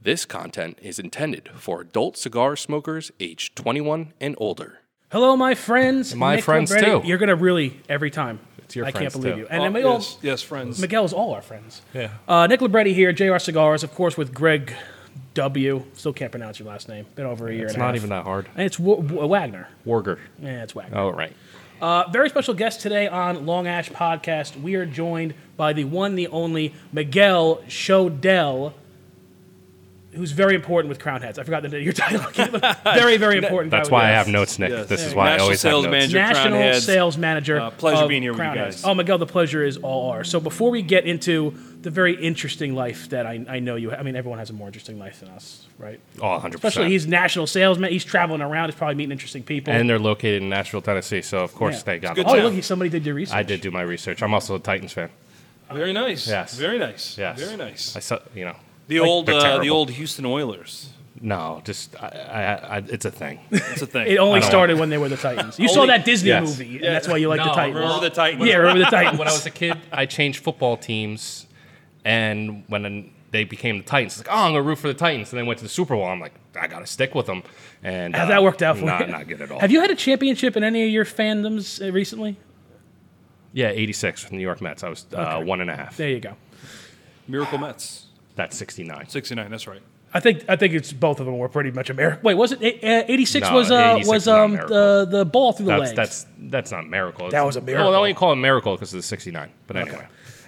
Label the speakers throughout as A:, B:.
A: This content is intended for adult cigar smokers aged 21 and older.
B: Hello, my friends.
A: My friends, too.
B: You're gonna really every time. It's
C: your
B: I can't
C: friends,
B: believe
C: too.
B: you. And then we all,
D: Oh, yes, yes, friends.
B: Miguel's all our friends.
C: Yeah.
B: Uh, Nick Libretti here, JR Cigars, of course, with Greg W. Still can't pronounce your last name. Been over a year.
C: It's
B: and a
C: not
B: half.
C: even that hard.
B: And it's w- W- Wagner.
C: Warger.
B: Yeah, it's Wagner.
C: Oh, right.
B: Uh, very special guest today on Long Ash Podcast. We are joined by the one, the only Miguel Shodell, who's very important with Crown Heads. I forgot the name of your title. very, very important.
C: That's
B: guy with
C: why I
B: Crown
C: have
B: Heads.
C: notes, Nick.
D: Yes.
C: This is
D: Yeah.
C: why I
D: National
C: always have
D: sales
C: notes.
D: manager. Crown
B: National
D: Heads.
B: Sales Manager.
D: Uh, pleasure
B: of
D: being here with you
B: Crown
D: guys.
B: Heads. Oh, Miguel, the pleasure is all ours. So before we get into the very interesting life that I, I know you, ha- I mean, everyone has a more interesting life than us, right?
C: Oh, 100%.
B: Especially he's national salesman. He's traveling around. He's probably meeting interesting people.
C: and they're located in Nashville, Tennessee, so of course
B: Yeah.
C: they got
D: It's
B: oh,
D: good
C: it.
D: to-
B: look, he- somebody did your research.
C: I did do my research. I'm also a Titans fan.
D: Very nice.
C: Yes.
D: Very nice.
C: Yes.
D: Very nice.
C: I saw, you know.
D: The
C: like,
D: old
C: they're
D: uh, the
C: terrible.
D: old Houston Oilers.
C: No, just I, I, I, it's a thing.
D: That's a thing.
B: It only
C: I don't
B: started when they were the Titans. You saw
D: Only-
B: that Disney
C: Yes.
B: movie, and that's why you like the
C: No,
B: Titans.
D: remember the Titans?
B: Yeah, remember the Titans.
C: when I was a kid, I changed football teams, and when they became the Titans, it's like, oh, I'm gonna root for the Titans, and they went to the Super Bowl. I'm like, I gotta stick with them, and
B: How's
C: uh,
B: that worked out for
C: nah,
B: you?
C: Not good at all.
B: Have you had a championship in any of your fandoms uh, recently?
C: Yeah, 86 from the New York Mets. I was uh, one and a half.
B: There you go.
D: Miracle Mets.
C: That's 69.
D: 69, that's right.
B: I think I think it's both of them were pretty much American. Wait, was it uh, eighty six?
C: No,
B: was uh,
C: 86
B: was
C: was not
B: um
C: American.
B: the the ball through the
C: That's
B: legs?
C: that's that's not a miracle.
B: That was a miracle.
C: Well, they only call it a miracle because of the 69. But anyway,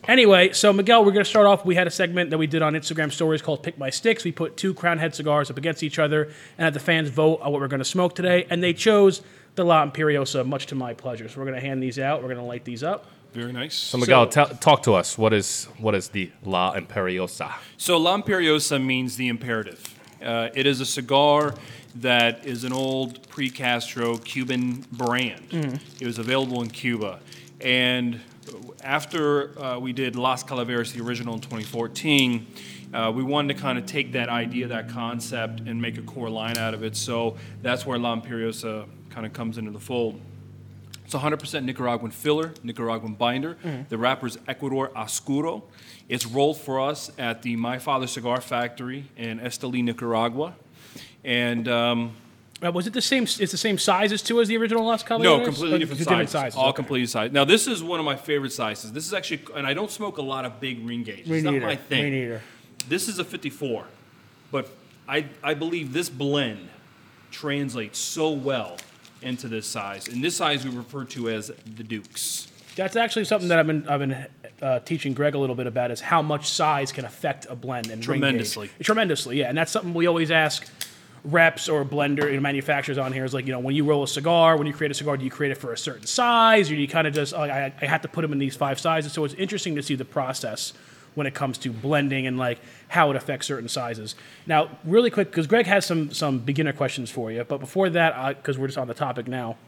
B: Anyway, so Miguel, we're going to start off. We had a segment that we did on Instagram stories called Pick My Sticks. We put two Crown Head cigars up against each other and had the fans vote on what we're going to smoke today. And they chose the La Imperiosa, much to my pleasure. So we're going to hand these out. We're going to light these up.
D: Very nice. So,
C: Miguel, tell talk to us. What is what is the La Imperiosa?
D: So La Imperiosa means the imperative. Uh, it is a cigar that is an old pre-Castro Cuban brand. It was available in Cuba, and after uh, we did Las Calaveras, the original in 2014, uh, we wanted to kind of take that idea, that concept, and make a core line out of it. So that's where La Imperiosa kind of comes into the fold. It's 100% Nicaraguan filler, Nicaraguan binder.
B: Mm-hmm.
D: The wrapper's Ecuador Oscuro. It's rolled for us at the My Father Cigar Factory in Esteli, Nicaragua. And um,
B: Uh, was it the same? It's the same size as two as the original Las Calaveras?
D: no, completely
B: Or
D: different,
B: it's
D: sizes. All
B: okay.
D: completely sized. Now, this is one of my favorite sizes. This is actually, and I don't smoke a lot of big ring gauge.
B: Me
D: it's not
B: neither.
D: my thing.
B: Me neither.
D: This is a 54, but I, I believe this blend translates so well into this size. And this size we refer to as the Dukes.
B: That's actually something that I've been I've been uh, teaching Greg a little bit about is how much size can affect a blend and ring gauge.
D: Tremendously.
B: tremendously, yeah. And that's something we always ask reps or blender you know, manufacturers on here is like you know when you roll a cigar when you create a cigar do you create it for a certain size or do you kind of just oh, I, I have to put them in these five sizes so it's interesting to see the process when it comes to blending and like how it affects certain sizes now really quick because greg has some some beginner questions for you but before that because we're just on the topic now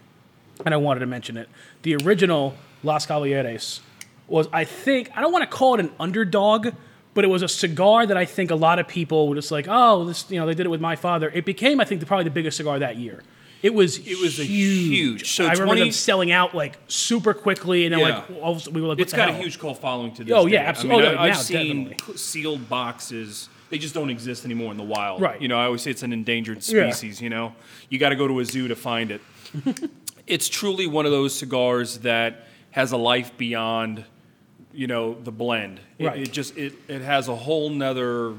B: and I wanted to mention it. The original Las Caballeres was, I think, I don't want to call it an underdog, but it was a cigar that I think a lot of people were just like, oh, this, you know, they did it with my father. It became, I think, the, probably the biggest cigar that year. It was
D: It was a
B: huge.
D: huge- so
B: I remember
D: 20
B: them selling out like super quickly, and then
D: Yeah.
B: like all of a sudden we were like, what
D: It's
B: the
D: got a
B: hell?
D: huge cult following to this.
B: Oh, yeah,
D: day.
B: absolutely. Oh,
D: I mean,
B: no,
D: I, I've
B: now,
D: seen
B: definitely.
D: c- sealed boxes. They just don't exist anymore in the wild.
B: Right.
D: You know, I always say it's an endangered
B: Yeah.
D: species. You know, you got to go to a zoo to find it. it's truly one of those cigars that has a life beyond, you know, the blend. It,
B: Right.
D: it just it it has a whole nother uh,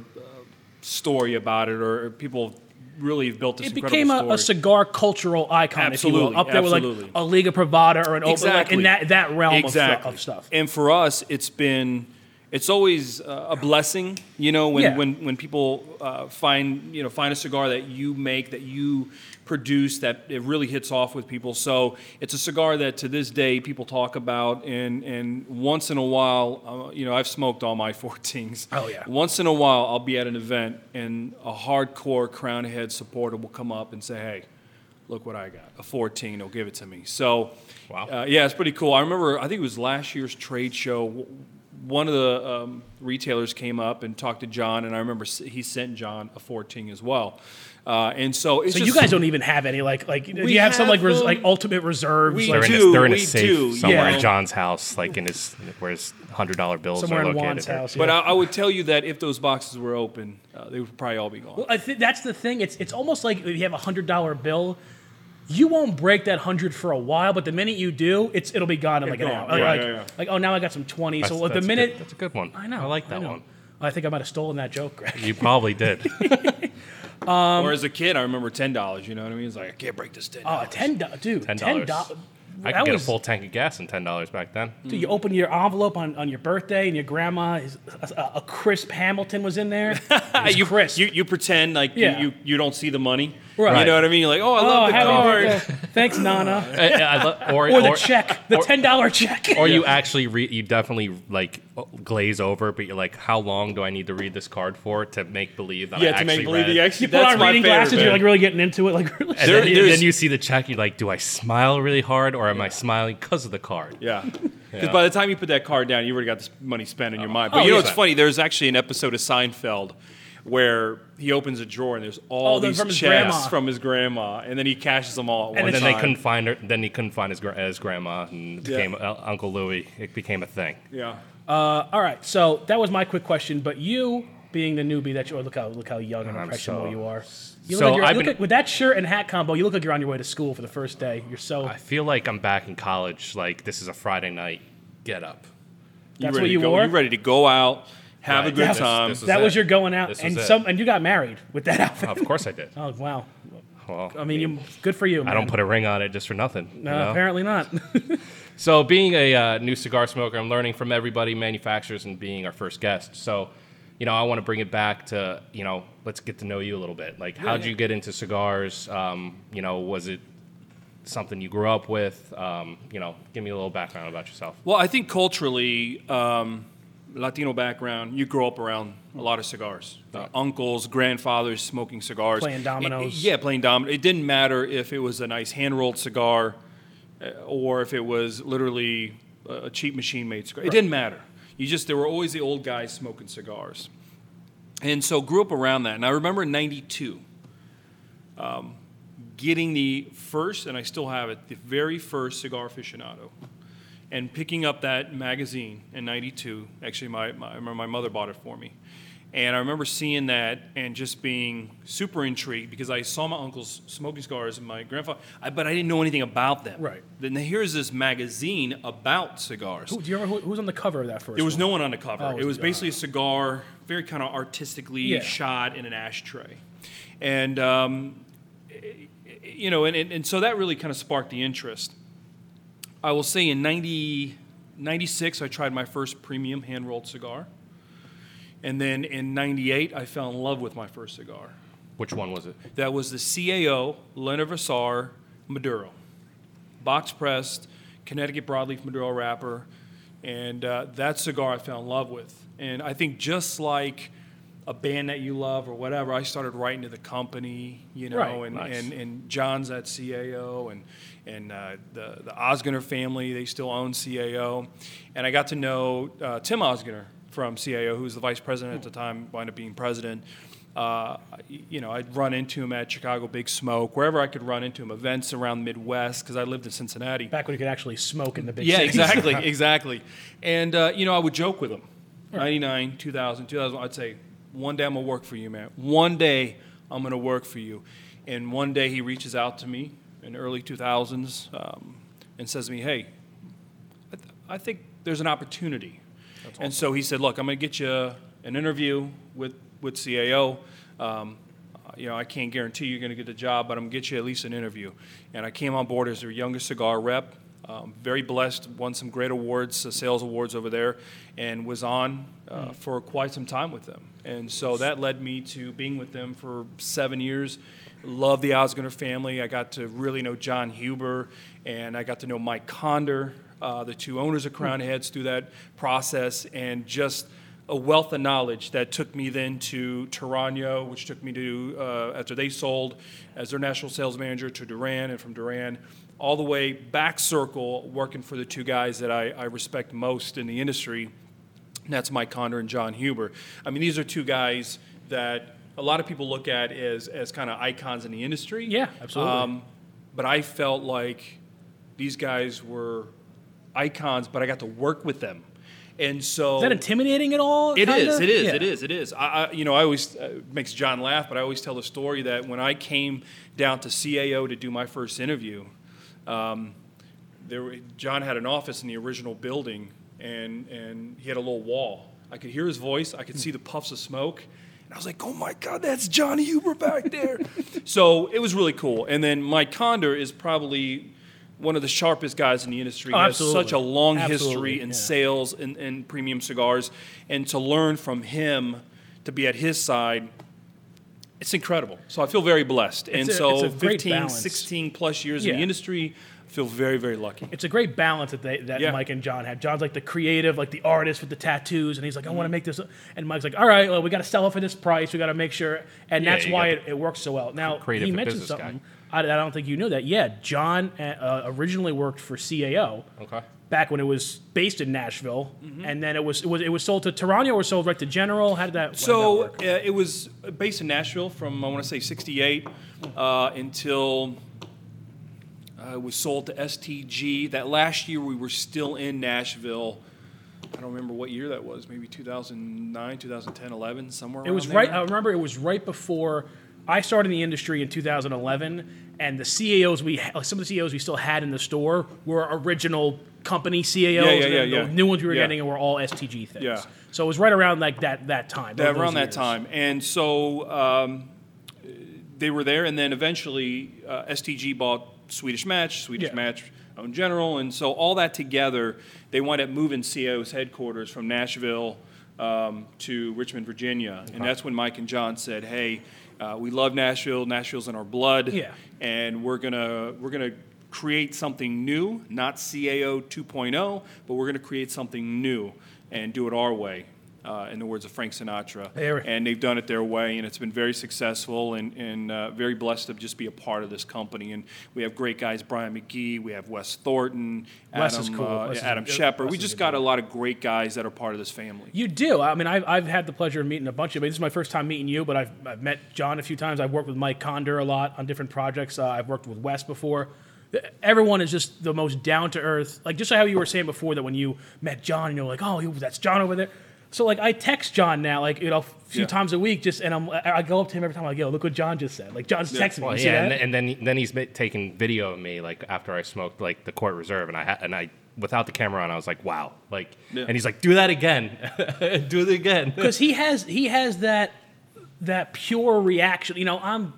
D: story about it, or people really have built this
B: It
D: incredible
B: became a, a
D: story.
B: cigar cultural icon, if you
D: Absolutely,
B: will, up there with
D: absolutely.
B: like a Liga Privada or an Open, like
D: Exactly.
B: in that, that realm of stu-
D: exactly.
B: of stuff.
D: And for us, it's been, it's always uh, a blessing, you know, when
B: Yeah.
D: when when people uh, find you know find a cigar that you make that you produce that it really hits off with people. So it's a cigar that to this day people talk about, and and once in a while, uh, you know, I've smoked all my 14s.
B: Oh, yeah.
D: Once in a while, I'll be at an event and a hardcore Crown Head supporter will come up and say, hey. Look what I got, a 14, they'll give it to me. So,
C: Wow.
D: uh, yeah, it's pretty cool. I remember, I think it was last year's trade show. w- one of the um, retailers came up and talked to John, and I remember s- he sent John a 14 as well. Uh, and so it's
B: So
D: just,
B: you guys don't even have any like like do
D: We
B: you have some like
D: have
B: res,
D: them.
B: like ultimate reserves
D: We
B: like
C: They're in,
D: do,
C: a, they're in a
D: we
C: safe
D: do,
C: somewhere
D: yeah.
C: in John's house, like in his where his hundred dollar bills
B: somewhere
C: are
B: in
C: located.
B: Juan's
C: or-
B: house.
D: But
B: yeah.
D: I, I would tell you that if those boxes were open, uh, they would probably all be gone.
B: I th- that's the thing. It's it's almost like if you have a hundred dollar bill, you won't break that hundred for a while, but the minute you do, it's it'll be gone in like an
D: gone.
B: hour. Like,
D: Yeah,
B: like,
D: yeah, yeah.
B: like, oh now I got some twenty.
C: That's-
B: so like, the
C: that's a good-
B: minute
C: that's a good one.
B: I know
C: I like that
B: know.
C: one.
B: I think I might have stolen that joke, Greg.
C: You probably did.
D: or as a kid, I remember $10. You know what I mean? It's like, I can't break this $10.
B: um Oh, ten dollars, dude.
C: Ten
B: Ten
C: dollars.
B: dollars.
C: I could get a full tank of gas in ten dollars back then.
B: Dude, you open your envelope on, on your birthday, and your grandma is a, a crisp Hamilton was in there. It
D: you,
B: was crisp.
D: You, you pretend like
B: Yeah.
D: you, you, you don't see the money.
B: Right.
D: You know what I mean? You're like, oh, I
B: oh,
D: love the
B: happy
D: card.
B: birthday. Thanks, Nana.
C: I- I lo- or,
B: Or the
C: or-
B: check, the
C: or-
B: ten dollar check.
C: Or you actually read, you definitely like glaze over, but you're like, how long do I need to read this card for to make believe that I
D: Yeah, to
C: actually
D: make believe
C: read
D: you
C: it?
D: actually
B: you put on reading glasses, you're like really getting into it, like really.
C: And
D: There-
C: then, you,
D: there's-
C: then you see the check, you're like, do I smile really hard or am I smiling because of the card?
D: Yeah. Because by the time you put that card down, you already got this money spent in your mind. But
B: Oh,
D: you know
B: yeah.
D: what's funny? There's actually an episode of Seinfeld where he opens a drawer and there's all
B: Oh, they're
D: these
B: from his
D: checks
B: grandma.
D: from his grandma, and then he cashes them all at
B: And
D: one
C: And then
D: time.
C: they couldn't find her. Then he couldn't find his, gra- his grandma, and it became uh, Uncle Louie. It became a thing.
D: Yeah.
B: Uh, All right, so that was my quick question. But you, being the newbie that you are, look how look how young and
C: I'm
B: impressionable
C: so-
B: you are. You
C: so
B: look like you're,
C: I've
B: look
C: been-
B: like- with that shirt and hat combo, you look like you're on your way to school for the first day. You're so
C: I feel like I'm back in college. Like this is a Friday night. Get up.
D: You
B: that's
D: ready
B: what
D: to
B: you
D: go,
B: wore.
D: You ready to go out, have
C: Right.
D: a good
C: This-
D: time.
C: this
B: that
C: was
B: was
C: it.
B: your going out,
C: This
B: and
C: was it.
B: some and you got married with that outfit.
C: Of course I did.
B: Oh wow!
C: Well,
B: I mean, you, good for you.
C: I don't put a ring on it just for nothing. you
B: No,
C: know?
B: apparently not.
C: So, being a uh, new cigar smoker, I'm learning from everybody, manufacturers, and being our first guest. So, you know, I want to bring it back to, you know, let's get to know you a little bit. Like, how'd you get into cigars? Um, you know, was it something you grew up with? Um, you know, give me a little background about yourself.
D: Well, I think culturally, um, Latino background, you grow up around a lot of cigars. Uh, uncles, grandfathers smoking cigars.
B: Playing dominoes.
D: It- it- yeah, playing dominoes. It didn't matter if it was a nice hand rolled cigar uh, or if it was literally a a cheap machine made cigar. It didn't matter. You just, there were always the old guys smoking cigars. And so grew up around that. And I remember in 92 getting the first, and I still have it, the very first Cigar Aficionado, and picking up that magazine in '92. Actually, my, my I remember my mother bought it for me, and I remember seeing that and just being super intrigued because I saw my uncles smoking cigars and my grandfather, I, but I didn't know anything about them.
B: Right.
D: Then here's this magazine about cigars.
B: Who- do you remember who, who was on the cover of that first?
D: There was
B: one?
D: no one on the cover.
B: Oh, it was
D: it was,
B: a-
D: basically a cigar, very kind of artistically
B: Yeah.
D: shot in an ashtray. And, um, eh, you know, and, and, and so that really kind of sparked the interest. I will say in 90, 96, I tried my first premium hand rolled cigar. And then in 98, I fell in love with my first cigar.
C: Which one was it?
D: That was the CAO Leonard Vassar Maduro, box pressed Connecticut broadleaf Maduro wrapper, and uh, that cigar I fell in love with. And I think just like a band that you love or whatever, I started writing to the company, you know,
B: Right,
D: and,
C: nice.
D: and and John's at CAO, and and uh, the the Osgener family they still own CAO, and I got to know uh, Tim Osgener from CAO, who was the vice president at the time, wound up being president. Uh, you know, I'd run into him at Chicago Big Smoke, wherever I could run into him, events around the Midwest because I lived in Cincinnati.
B: back when you could actually smoke in the big.
D: Yeah,
B: cities.
D: exactly, exactly. And uh, you know, I would joke with him. 99, 2000, 2000, I'd say, "One day I'm going to work for you, man. One day I'm going to work for you." And one day he reaches out to me in early 2000s um, and says to me, "Hey, I, th- I think there's an opportunity. And so he said, look, I'm going to get you an interview with, with CAO. Um, uh, you know, I can't guarantee you're going to get the job, but I'm going to get you at least an interview. And I came on board as their youngest cigar rep. Um, very blessed, won some great awards, uh, sales awards over there, and was on uh, for quite some time with them. And so that led me to being with them for seven years. Love the Osgoner family. I got to really know John Huber, and I got to know Mike Conder, uh, the two owners of Crown Heads through that process, and just a wealth of knowledge that took me then to Tarano, which took me to uh, after they sold as their national sales manager to Duran, and from Duran all the way back circle working for the two guys that I, I respect most in the industry And that's Mike Condor and John Huber. I mean, these are two guys that a lot of people look at as, as kind of icons in the industry. Um,
B: Yeah, absolutely.
D: but I felt like these guys were icons, but I got to work with them. And so
B: Is that intimidating at all?
D: it
B: kinda?
D: is. It is.
B: Yeah.
D: It is. It is. I, I, you know, I always uh, it makes John laugh, but I always tell the story that when I came down to CAO to do my first interview, um, there were- John had an office in the original building, and and he had a little wall. I could hear his voice. I could see the puffs of smoke. And I was like, oh my God, that's John Huber back there. so it was really cool. And then Mike Condor is probably one of the sharpest guys in the industry.
B: Oh,
D: He has such a
B: absolutely.
D: long
B: Absolutely,
D: history in
B: yeah.
D: sales and, and premium cigars. And to learn from him, to be at his side, it's incredible. So I feel very blessed. and
B: a-
D: so
B: it's a great
D: 15,
B: balance.
D: 16 plus years in
B: Yeah.
D: the industry, I feel very, very lucky.
B: It's a great balance that they, that
D: Yeah.
B: Mike and John have. John's like the creative, like the artist with the tattoos, and he's like, I want to make this. And Mike's like, All right, well, we got to sell it for this price. We got to make sure, and
C: Yeah,
B: that's
C: you
B: why
C: got
B: it, it works so well. Now
C: creative
B: he
C: and
B: mentioned
C: business guy.
B: something. I, I don't think you knew that. Yeah, John uh, originally worked for CAO.
C: Okay.
B: Back when it was based in Nashville, and then it was it was it was sold to Tarano or sold right to General. How did that? how did that
D: So uh,
B: work?
D: it was based in Nashville from I want to say '68 uh, until uh, it was sold to STG. That last year we were still in Nashville. I don't remember what year that was. Maybe 2009, 2010, 11, somewhere.
B: It was
D: around
B: right.
D: there.
B: I remember it was right before I started in the industry in 2011, and the CAOs we ha- like some of the CAOs we still had in the store were original company CAOs.
D: Yeah, yeah,
B: and then
D: yeah,
B: The
D: yeah.
B: new ones we were
D: Yeah.
B: getting were all STG things.
D: Yeah.
B: So it was right around like that that time.
D: Yeah,
B: those
D: around that
B: years.
D: time. And so um, they were there, and then eventually uh, STG bought Swedish Match, Swedish
B: Yeah.
D: Match owned General, and so all that together, they wound up moving CO's headquarters from Nashville um, to Richmond, Virginia, and that's when Mike and John said, "Hey, uh, we love Nashville. Nashville's in our blood,
B: Yeah.
D: and we're gonna we're gonna." Create something new, not CAO 2.0, oh, but we're going to create something new and do it our way, uh, in the words of Frank Sinatra
B: There-
D: and they've done it their way, and it's been very successful, and, and uh, very blessed to just be a part of this company. And we have great guys, Brian McGee, we have Wes Thornton,
B: Wes
D: Adam,
B: is cool.
D: uh,
B: Wes is-
D: Adam
B: uh,
D: Shepard.
B: Wes
D: We
B: is
D: just
B: a
D: got a lot of great guys that are part of this family.
B: You do. I mean, I've, I've had the pleasure of meeting a bunch of. This is my first time meeting you, but I've, I've met John a few times. I've worked with Mike Condor a lot on different projects. Uh, I've worked with Wes before. Th- Everyone is just the most down to earth. Like just how you were saying before that when you met John, and you're like, oh, that's John over there. So like I text John now, like you know, a few
D: Yeah.
B: times a week, just and I'm I I go up to him every time, like, yo, look what John just said. Like John's texting me.
C: Well,
B: you see
C: yeah,
B: that?
C: and, and then then he's ma- taking video of me like after I smoked like the court reserve, and I ha- and I without the camera on, I was like, wow, like,
D: Yeah.
C: and he's like, do that again, do it again.
B: because he has he has that that pure reaction. You know, I'm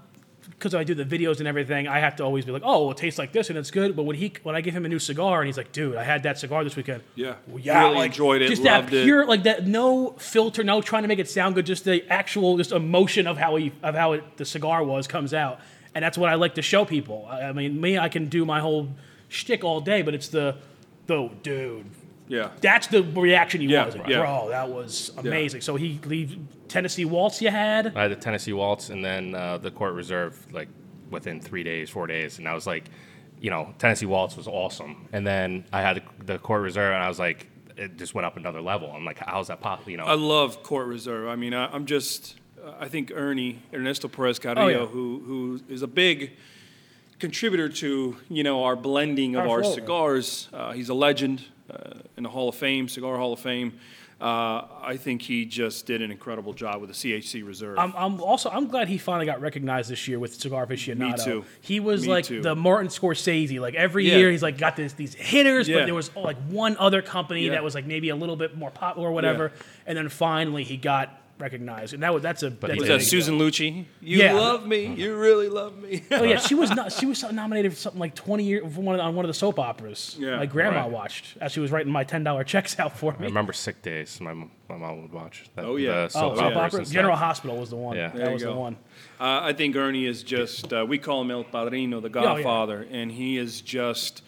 B: because I do the videos and everything. I have to always be like, oh, well, it tastes like this and it's good. But when he when I give him a new cigar and he's like, dude, I had that cigar this weekend.
D: Yeah.
B: Well, yeah,
D: Really
B: like,
D: enjoyed it,
B: Just
D: loved
B: that
D: it.
B: pure, like that, no filter, no trying to make it sound good. Just the actual, just emotion of how he of how it, the cigar was comes out, and that's what I like to show people. I, I mean, me, I can do my whole shtick all day, but it's the, the dude,
D: Yeah.
B: that's the reaction you
D: Yeah,
B: want. Like,
D: yeah.
B: Bro, that was amazing. So he leaves Tennessee Waltz you had.
C: I had the Tennessee Waltz and then uh, the Court Reserve like within three days, four days, and I was like, you know, Tennessee Waltz was awesome, and then I had the, the Court Reserve, and I was like, it just went up another level. I'm like, how's that possible? You know,
D: I love Court Reserve. I mean, I, I'm just, I think Ernie, Ernesto Perez Carrillo,
B: Oh, yeah.
D: who, who is a big contributor to, you know, our blending of
B: Our
D: our
B: flow, yeah.
D: cigars. Uh, he's a legend uh, in the Hall of Fame, Cigar Hall of Fame. Uh, I think he just did an incredible job with the CHC Reserve.
B: I'm, I'm also I'm glad he finally got recognized this year with Cigar Aficionado.
D: too.
B: He was
D: Me
B: like
D: too.
B: the Martin Scorsese. Like every
D: Yeah.
B: year he's like got this these hitters,
D: Yeah.
B: but there was oh, like one other company
D: Yeah.
B: that was like maybe a little bit more popular or whatever. And then finally he got recognized, and that was that's a but
C: he
B: that's
D: was
B: a
D: that
B: big
D: Susan Lucci? You
B: Yeah.
D: love me. You really love me.
B: deal. Oh yeah, she was not. She was nominated for something like twenty years for one of, the- on one of the soap operas.
D: Yeah.
B: my grandma
C: Right.
B: watched as she was writing my ten dollar checks out for
C: I
B: me.
C: remember Sick Days. My m- my mom would watch. That,
D: Oh, yeah.
C: the
D: Oh,
C: soap
B: Oh,
D: yeah.
B: soap
C: operas
B: opera.
C: and stuff.
B: General Hospital was the one.
C: Yeah.
D: There
B: that
D: you
B: was the
D: go.
B: one.
D: Uh, I think Ernie is just, uh, we call him El Padrino, the
B: Oh, yeah.
D: Godfather, and he is just,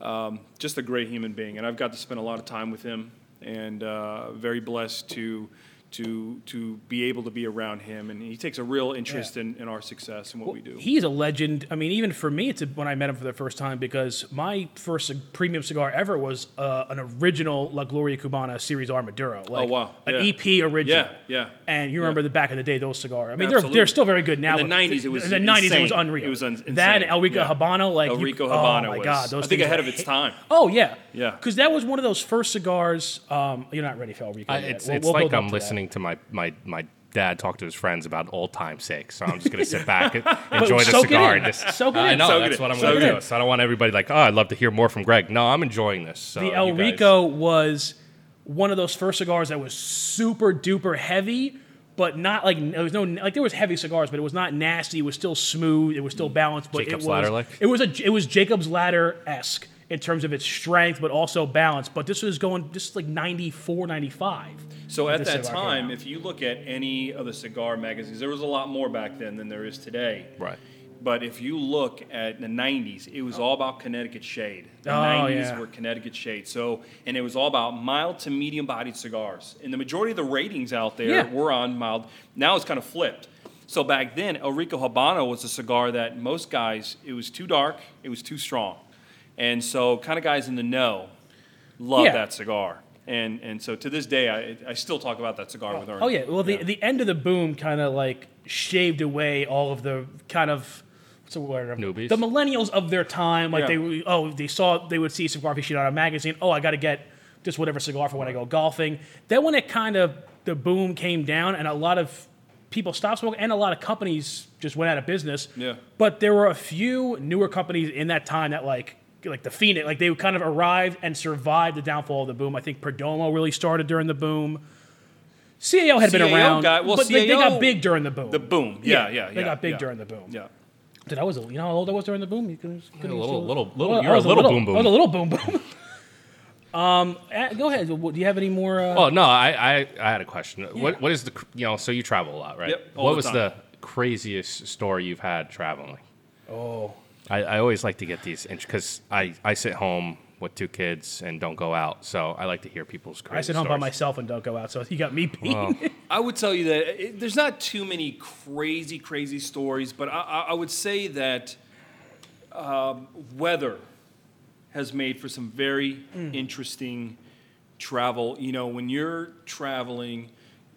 D: um, just a great human being. And I've got to spend a lot of time with him, and uh, very blessed to to to be able to be around him, and he takes a real interest in, in our success and what we do.
B: He's a legend. I mean, even for me, it's a, when I met him for the first time because my first cig- premium cigar ever was uh, an original La Gloria Cubana Series Armaduro. Like,
D: Oh, wow.
B: An
D: Yeah.
B: EP original.
D: Yeah, yeah.
B: And you remember the back in the day, those cigars. I mean, they're,
D: Absolutely.
B: they're still very good now.
D: the
B: but
D: 90s, it was
B: In the 90s, it was
D: insane.
B: unreal.
D: It was un-
B: That
D: insane.
B: and El Rico
D: Yeah.
B: Habano. Like,
D: El
B: you-
D: Rico Habano
B: Oh, my
D: was-
B: God. Those
D: I think
B: things
D: ahead
B: were
D: of its
B: hit-
D: time.
B: Oh, yeah.
D: Yeah.
B: Because that was one of those first cigars. Um, you're not ready for El Rico.
C: I,
B: yet.
C: it's
B: We'll-
C: it's
B: we'll
C: like
B: build up
C: I'm
B: to that.
C: listening to my, my, my dad talk to his friends about old time sake. So I'm just gonna sit back, and enjoy the
B: soak it
C: cigar,
B: in.
C: and just
B: Soak it
C: I
B: in.
C: know
D: Soak it
C: that's
D: in.
C: what I'm
D: Soak
C: gonna
D: it
C: do.
B: in.
C: So I don't want everybody like, oh, I'd love to hear more from Greg. No, I'm enjoying this. So
B: the
C: you
B: El
C: guys-
B: Rico was one of those first cigars that was super duper heavy, but not like there was no like there was heavy cigars, but it was not nasty. It was still smooth. It was still balanced. But
C: Jacob's
B: it was
C: Ladder-like?
B: it was a it was Jacob's ladder esque in terms of its strength, but also balance. But this was going this is like 94, 95.
D: So
B: when
D: at
B: this
D: that
B: cigar came out.
D: time, if you look at any of the cigar magazines, there was a lot more back then than there is today.
C: Right.
D: But if you look at the 90s, it was all about Connecticut shade. The
B: Oh,
D: 90s
B: yeah.
D: were Connecticut shade. So, and it was all about mild to medium bodied cigars. And the majority of the ratings out there
B: Yeah.
D: were on mild. Now it's kind of flipped. So back then, El Rico Habano was a cigar that most guys, it was too dark, it was too strong. And so, kind of guys in the know love
B: Yeah.
D: that cigar. And and so to this day, I, I still talk about that cigar with Ernie.
B: Oh yeah, well the, the end of the boom kind of like shaved away all of the kind of what's the word?
C: Newbies.
B: The millennials of their time, like
D: Yeah.
B: they were- oh they saw they would see cigar aficionado magazine. Oh, I got to get just whatever cigar for when I go golfing. Then when it kind of the boom came down and a lot of people stopped smoking and a lot of companies just went out of business.
D: Yeah.
B: But there were a few newer companies in that time that like like the Phoenix, like they kind of arrived and survived the downfall of the boom. I think Perdomo really started during the boom. CAO had been
D: CAO
B: around,
D: got- well,
B: but they, they got
D: CAO
B: big during the boom.
D: The boom. Yeah, yeah, yeah.
B: they got big
D: yeah.
B: during the boom.
D: Yeah.
B: Dude, I was a, you know how old I was during the boom. You can,
C: a little- little-
B: I
C: little-
B: was
C: you're a little boom boom.
B: I was a little boom boom. um, uh, go ahead. What- Do you have any more? Uh,
C: Oh no, I, I, I had a question. What what is the cr- you know? So you travel a lot, right?
D: Yep, all
C: what
D: the
C: was
D: time.
C: the craziest story you've had traveling? Oh, I, I always like to get these because I I sit home with two kids and don't go out, so I like to hear people's crazy.
B: I sit home by
C: stories.
B: myself and don't go out, so you got me beat.
D: I would tell you that it, there's not too many crazy, crazy stories, but I, I, I would say that um, weather has made for some very
B: Mm.
D: interesting travel. You know, when you're traveling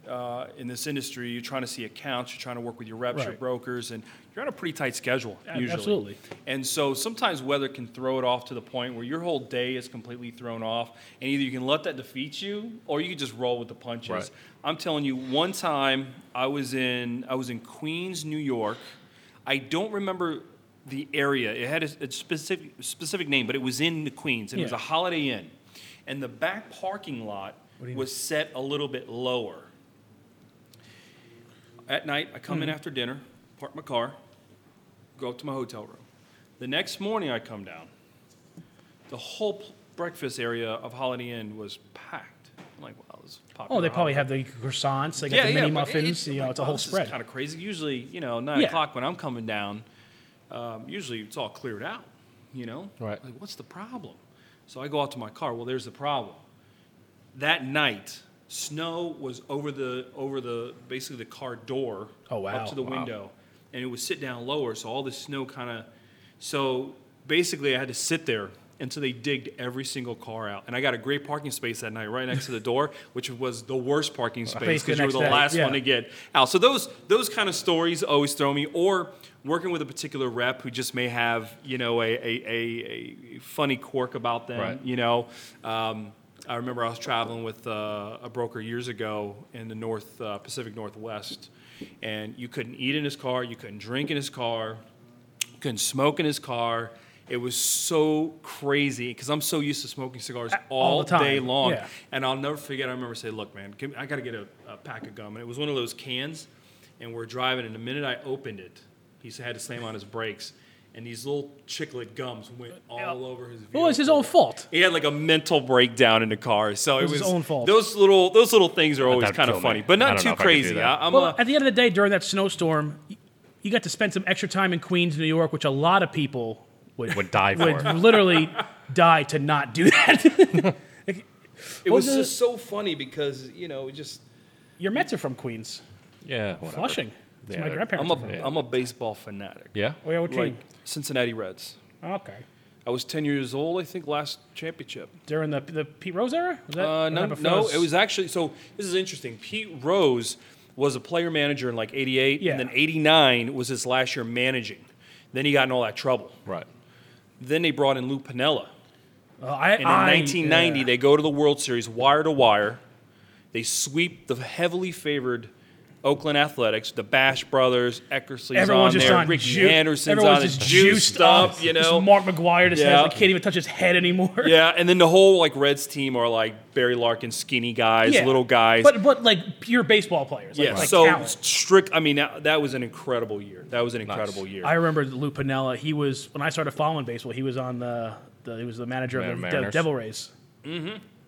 D: uh, in this industry, you're trying to see accounts, you're trying to work with your reps, your
B: Right.
D: brokers, and you're on a pretty tight schedule
B: Yeah,
D: usually.
B: absolutely.
D: And so sometimes weather can throw it off to the point where your whole day is completely thrown off, and either you can let that defeat you, or you can just roll with the punches.
C: Right.
D: I'm telling you, one time I was in I was in Queens, New York. I don't remember the area. It had a, a specific specific name, but it was in the Queens, and it was
B: Yeah.
D: a Holiday Inn, and the back parking lot
B: do you
D: was set a little bit lower. At night, I come in
B: Hmm.
D: after dinner, park my car, go up to my hotel room. The next morning, I come down. The whole p- breakfast area of Holiday Inn was packed. I'm like, wow, this is popular.
B: Oh, they probably have the croissants. They got the mini
D: but it-
B: muffins. you know, it's a whole spread.
D: It's oh, kind of crazy. Usually, you know, nine
B: Yeah.
D: o'clock when I'm coming down, um, usually it's all cleared out. You know,
C: Right.
D: Like, what's the problem? So I go out to my car. Well, there's the problem. That night, snow was over the over the basically the car door.
B: Oh, wow.
D: Up to the
B: Wow.
D: window, and it was sit down lower, so all the snow kind of. So basically, I had to sit there. until they digged every single car out, and I got a great parking space that night, right next to the door, which was the worst parking space
B: Space the
D: because you were
B: next
D: the
B: day,
D: last
B: yeah.
D: one to get out. So those those kind of stories always throw me. Or working with a particular rep who just may have you know a a, a, a funny quirk about them.
C: Right.
D: You know, um, I remember I was traveling with uh, a broker years ago in the North uh, Pacific Northwest, and you couldn't eat in his car, you couldn't drink in his car couldn't smoke in his car. It was so crazy because I'm so used to smoking cigars all,
B: the time,
D: day long.
B: yeah.
D: And I'll never forget, I remember saying, Look, man, give me, I got to get a, a pack of gum. And it was one of those cans. And we're driving, and the minute I opened it, he s- had to slam on his brakes. And these little chiclet gums went all over his
B: well, it's his own fault.
D: he had like a mental breakdown in the car, so it
B: was
D: was,
B: his own fault.
D: Those little those little things are always
C: that'd
D: kind
C: kill
D: of
C: me.
D: funny, but
C: I
D: not
C: don't know
D: too
C: if I could do
D: crazy.
C: that.
D: I, I'm uh,
B: Well,
D: a,
B: at the end of the day, during that snowstorm, y- you got to spend some extra time in Queens, New York, which a lot of people would
C: Would die for.
B: would literally die to not do that.
D: it
B: was
D: was
B: the-
D: just so funny because you know it just
B: Your Mets are from Queens,
C: Yeah, whatever.
B: Flushing. It's
C: Yeah,
B: my
C: they're-
B: grandparents.
D: I'm
B: are from.
D: a I'm a baseball fanatic.
C: Yeah.
B: Oh yeah, what
D: Like
B: team? Oh,
D: Cincinnati Reds.
B: Okay.
D: I was 10 years old, I think, last championship.
B: During the the Pete Rose era? Was that,
D: Uh,
B: was
D: no,
B: that before
D: no,
B: us?
D: it was actually so. This is interesting. Pete Rose was a player manager in like '88,
B: Yeah.
D: and then '89 was his last year managing. Then he got in all that trouble.
C: Right.
D: Then they brought in Lou Pinella,
B: Uh, I,
D: and in 1990 they go to the World Series wire to wire. They sweep the heavily favored Oakland Athletics. The Bash Brothers, Eckersley's
B: everyone's
D: on
B: just
D: there,
B: on
D: Rick
B: ju-
D: Anderson's
B: everyone's
D: on
B: just
D: it, juiced, up, you
B: Just
D: know.
B: Mark McGuire just has,
D: Yeah.
B: like, can't even touch his head anymore.
D: yeah, and then the whole like Reds team are like Barry Larkin, skinny guys,
B: Yeah.
D: little guys.
B: but but like pure baseball players. Like,
D: Yeah,
B: like
D: so
B: talent.
D: strict. I mean, that, that was an incredible year. That was an incredible year.
B: I remember Lou Pinella. He was when I started following baseball. He was on the, the he was the manager
C: Yeah,
B: of the De-
C: Mariners.
B: Devil Rays.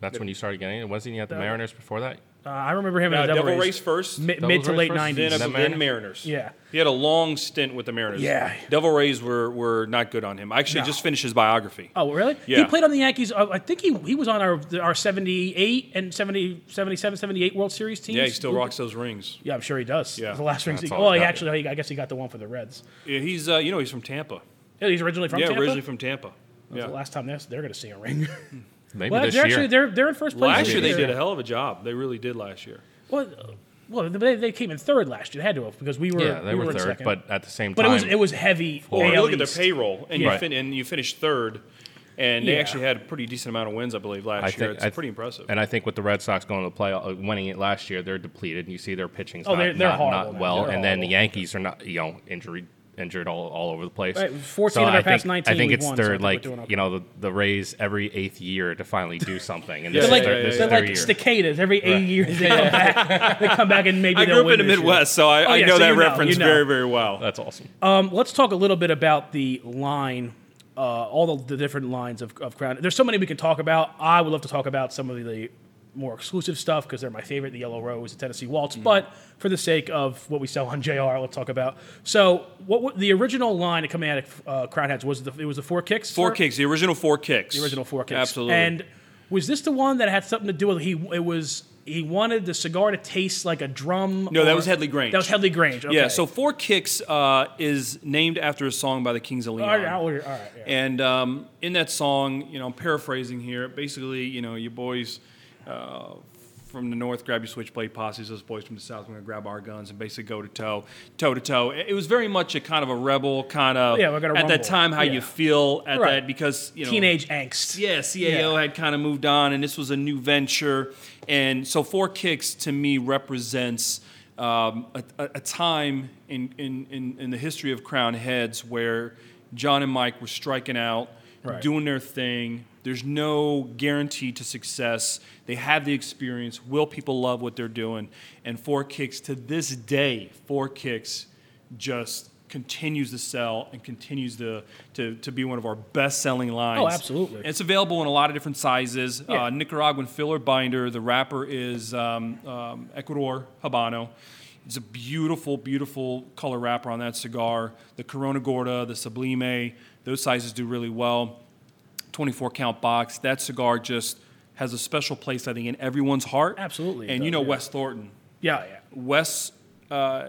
C: That's when you started getting it. Wasn't he at the Mariners before that?
B: Uh, I remember him in
D: uh,
B: the Devil,
D: Devil
B: Rays,
D: Rays first,
B: mi-
C: Devil
B: mid to
C: Rays
B: late
C: first,
D: then,
B: nineties.
C: Devil-
D: then
C: Mariners.
D: Mariners.
B: Yeah.
D: he had a long stint with the Mariners.
B: Yeah.
D: Devil Rays were were not good on him. I actually
B: No.
D: just finished his biography.
B: Oh really? He
D: Yeah.
B: played on the Yankees. Uh, I think he he was on our our 78 and 70, 77, 78 World Series teams.
D: yeah, he still
B: Lou-
D: rocks those rings.
B: Yeah, I'm sure he does.
D: Yeah.
B: the last rings. He,
C: That's all
B: well,
C: I
B: he
C: got.
B: actually I guess he got the one for the Reds.
D: Yeah, he's uh, you know he's from Tampa.
B: Yeah, he's originally from
D: yeah,
B: Tampa.
D: originally from Tampa.
B: That's
D: Yeah.
B: The last time they're, they're going to see a ring.
C: Maybe
B: well,
C: this
B: they're
C: year.
B: actually they're they're in first place.
D: Last
B: this
D: year they
B: year.
D: did a hell of a job. They really did last year.
B: Well, uh, well, they, they came in third last year. They had to have because we were
C: yeah, they
B: we
C: were
B: in
C: third,
B: second.
C: but at the same
B: but
C: time,
B: it was it was heavy.
D: Or you
B: AL
D: Oh, look at their
B: East.
D: payroll, and
B: Yeah.
D: you fin- and you finished third, and they
B: Yeah.
D: actually had a pretty decent amount of wins, I believe, last
C: I
D: year.
C: think-
D: It's
C: I-
D: pretty impressive.
C: and I think with the Red Sox going to the playoff, uh, winning it last year, they're depleted. And you see their pitching's
B: Oh,
C: not,
B: they're- they're
C: not,
B: horrible,
C: not
B: man.
C: well,
B: They're
C: and then the
B: horrible.
C: Yankees are not you know injured injured all, all over the place.
B: Right, 14
C: so
B: of our
C: I
B: past
C: think,
B: 19
C: I think
B: we've
C: it's
B: won, so I
C: their
B: think we're
C: like
B: doing okay.
C: you know the, the Rays every eighth year to finally do something, and
D: Yeah,
C: this
B: They're
C: is
B: like,
D: yeah,
C: their,
D: yeah,
C: this is
B: they're
C: their
B: like
C: year.
B: staccatas. Every eight years they come back. They come back and maybe
D: I
B: they'll
D: grew up
B: win
D: in the
B: this year.
D: Midwest, so I,
B: Oh,
D: I
B: yeah,
D: know
B: so
D: that
B: you know,
D: reference
B: you know.
D: very, very well.
C: That's awesome.
B: Um, let's talk a little bit about the line, uh, all the, the different lines of, of Crown. There's so many we can talk about. I would love to talk about some of the more exclusive stuff because they're my favorite, the Yellow Rose, the Tennessee
D: Mm.
B: Waltz. But for the sake of what we sell on JR, let's talk about. So, what, wa- the original line that coming out of uh, Crown Heads was the, it was the four kicks.
D: Four
B: sir?
D: kicks, the original four kicks. The
B: original four kicks.
D: Absolutely.
B: And was this the one that had something to do with he? It was he wanted the cigar to taste like a drum.
D: No, that
B: or-
D: was Headley Grange.
B: That was Headley Grange. Okay.
D: yeah, so four kicks uh, is named after a song by the Kings of Leon.
B: all right, all right, all right, Oh, yeah.
D: And um, in that song, you know, I'm paraphrasing here. Basically, you know, your boys uh, from the north grab your switchblade posses. Those boys from the south, we're gonna grab our guns and basically go to toe, toe to toe. It it was very much a kind of a rebel kind of
B: Yeah, we're gonna
D: at that
B: rumble.
D: time how
B: Yeah.
D: you feel at
B: Right.
D: that because you know
B: teenage angst.
D: Yeah, CAO
B: Yeah.
D: had kind of moved on, and this was a new venture. And so, Four Kicks to me represents um, a, a, a time in, in, in, in the history of Crown Heads where John and Mike were striking out,
B: Right.
D: doing their thing. There's no guarantee to success. They have the experience. Will people love what they're doing? And Four Kicks to this day, Four Kicks just continues to sell and continues to, to, to be one of our best selling lines.
B: Oh, absolutely.
D: It's available in a lot of different sizes.
B: Yeah.
D: Uh, Nicaraguan filler binder. The wrapper is um, um, Ecuador Habano. It's a beautiful, beautiful color wrapper on that cigar. The Corona Gorda, the Sublime, those sizes do really well. 24 count box. That cigar just has a special place, I think, in everyone's heart.
B: Absolutely, it
D: And you
B: does,
D: know
B: yeah.
D: Wes Thornton.
B: Yeah,
D: Oh,
B: yeah.
D: Wes, uh,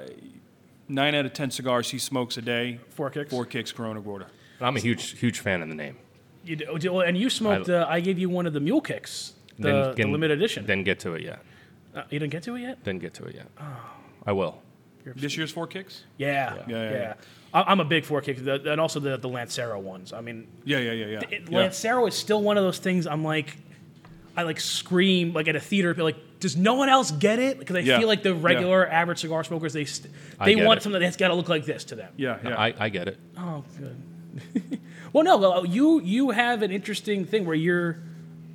D: nine out of 10 cigars he smokes a day.
B: Four Kicks?
D: Four kicks, Corona Gorda.
C: And I'm a huge huge fan of the name.
B: You do, do- and you smoked. uh, I gave you one of the mule kicks, the, the
C: can-
B: limited edition.
C: Didn't get to it yet.
B: Uh, you didn't get to it yet.
C: Didn't get to it yet.
B: Oh.
C: I will.
D: This year's Four Kicks?
B: Yeah, yeah.
D: Yeah, yeah, yeah.
B: I, I'm a big four kick, the, and also the the Lancero ones. I mean,
D: Yeah, yeah, yeah, yeah.
B: it,
D: yeah.
B: Lancero is still one of those things. I'm like, I like scream like at a theater. be Like, does no one else get it? Because I
D: Yeah.
B: feel like the
D: Yeah.
B: regular average cigar smokers, they st-
C: I
B: they
C: get
B: want
C: it.
B: something that's got to look like this to them.
D: Yeah, yeah.
C: I, I get it.
B: Oh, good. well, no, well, uh, you you have an interesting thing where you're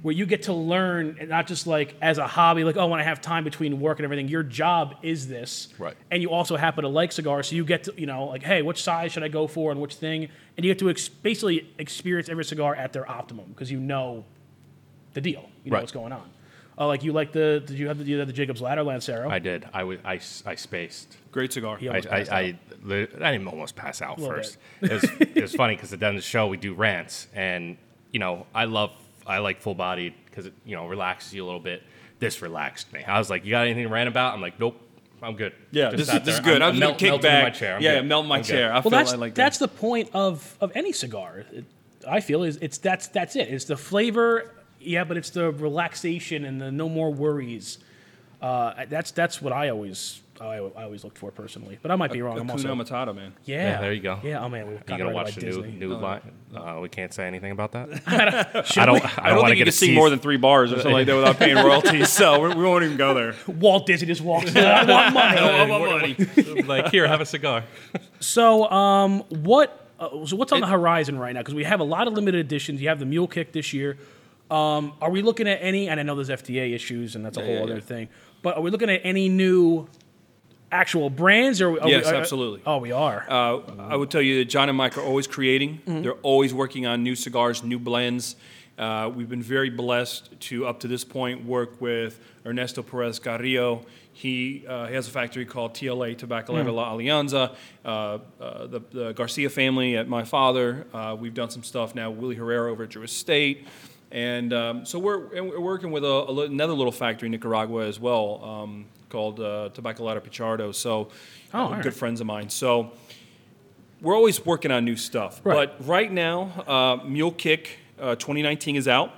B: where you get to learn, and not just like as a hobby, like oh, when I have time between work and everything. Your job is this,
C: Right.
B: And you also happen to like cigars, so you get to you know like, hey, which size should I go for and which thing, and you get to ex- basically experience every cigar at their optimum because you know the deal, you know
C: Right.
B: what's going on. Uh, like you like the did you have the, you had the Jacob's Ladder Lancero?
C: I did. I was I, s- I spaced.
D: Great cigar.
B: Yeah.
C: I,
B: almost
C: I,
B: passed out.
C: I, li- I didn't almost pass out
B: little
C: first. it, was, it was funny because at the end of the show we do rants, and you know I love I like full body because it you know relaxes you a little bit. this relaxed me. I was like, you got anything to rant about? I'm like, nope, I'm good.
D: Yeah,
C: Just
D: this is,
C: sat
D: this is
C: there.
D: good. I'm,
C: I'm
D: just
C: melt-
D: gonna kick
C: melting in
D: back.
C: my chair. I'm
D: yeah,
C: good.
D: melt my
C: I'm good.
D: chair. I
B: Well,
D: feel
B: that's
D: like that.
B: that's the point of of any cigar. It- I feel is it's that's that's it. It's the flavor, yeah, but it's the relaxation and the no more worries. Uh, that's that's what I always I, I always looked for personally. But I might be wrong. I'm also,
D: Hakuna Matata, man.
B: yeah.
C: Yeah, there you go.
B: Yeah, oh man, we
C: You
B: got
C: gonna
B: right
C: watch
B: by
C: the
B: Disney.
C: new
D: Uh-huh.
C: new line? Uh, we can't say anything about that.
B: Should
C: I don't.
B: we-
D: I don't,
C: I don't, want to
D: think you
C: get
D: can
C: a
D: sing
C: cease-
D: more than three bars or something like that without paying royalties. So we're, we won't even go there.
B: Walt Disney just walks. in, I want money.
D: I want money.
C: like here, have a cigar.
B: So, um, what? Uh, so, what's on the horizon right now? Because we have a lot of limited editions. You have the Mule Kick this year. Um, are we looking at any? And I know there's FDA issues, and that's a whole
D: yeah,
B: other
D: yeah.
B: thing. But are we looking at any new actual brands? Or are we- are
D: Yes,
B: we, are-
D: absolutely.
B: Oh, we are.
D: Uh, I would tell you that John and Mike are always creating.
B: Mm-hmm.
D: They're always working on new cigars, new blends. Uh, we've been very blessed to, up to this point, work with Ernesto Perez Carrillo. He uh, has a factory called TLA Tabacalera
B: Mm.
D: La Alianza. Uh, uh, the, the Garcia family at my father. Uh, we've done some stuff now. Willie Herrera over at Drew Estate. And um, so we're, and we're working with a, a li- another little factory in Nicaragua as well um, called uh, Tabacalera Pichardo. So, uh,
B: Oh, all right.
D: good friends of mine. So, we're always working on new stuff.
B: Right.
D: But right now, uh, Mule Kick uh, 2019 is out.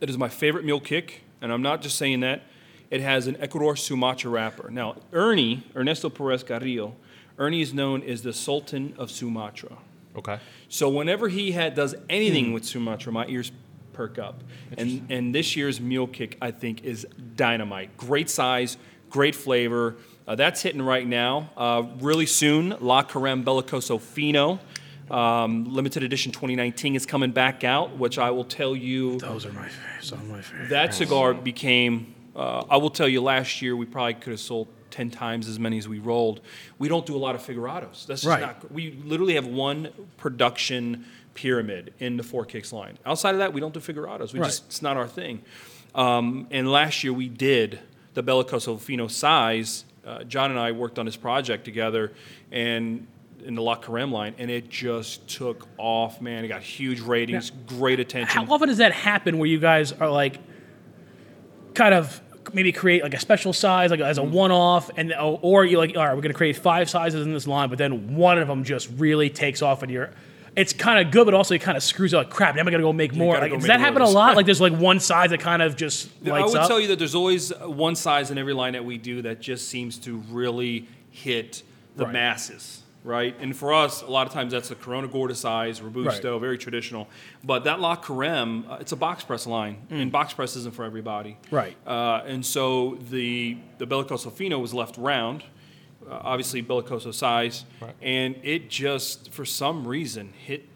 D: It is my favorite mule kick, and I'm not just saying that. It has an Ecuador Sumatra wrapper. Now, Ernie, Ernesto Perez Carrillo, Ernie is known as the Sultan of Sumatra.
C: Okay.
D: So whenever he had, does anything with Sumatra, my ears perk up. And and this year's mule kick, I think, is dynamite. Great size, great flavor. Uh, that's hitting right now. Uh, really soon, La Carême Bellicoso Fino, um, limited edition 2019 is coming back out, which I will tell you.
B: Those are my favorite. Some of my favorite.
D: That cigar became, uh, I will tell you, last year we probably could have sold 10 times as many as we rolled. We don't do a lot of figurados. That's just
B: Right.
D: not, we literally have one production pyramid in the Four Kicks line. Outside of that, we don't do figurados. We
B: Right.
D: just, it's not our thing. Um, and last year we did the Bellicoso Fino size. Uh, John and I worked on this project together and in the La Carême line, and it just took off, man. It got huge ratings, great attention.
B: How often does that happen? Where you guys are like, kind of maybe create like a special size, like
D: Mm-hmm.
B: as a one-off, and oh, or you like, all right, we're gonna create five sizes in this line, but then one of them just really takes off, and you're. It's kind of good, but also it kind of screws up. Like, crap, now I gotta go make more.
D: gotta
B: Like,
D: go
B: does
D: make
B: that
D: more of
B: happen a
D: this.
B: lot? Like, there's like one size that kind of just
D: I
B: lights
D: would
B: up.
D: tell you that there's always one size in every line that we do that just seems to really hit the
B: Right.
D: masses, right? And for us, a lot of times that's the Corona Gorda size, Robusto, very traditional. But that La Carême, uh, it's a box press line, and box press isn't for everybody.
B: Mm. Right.
D: Uh, and so the the Bellicoso Fino was left round, uh, obviously Bellicoso size, and it just for some reason hit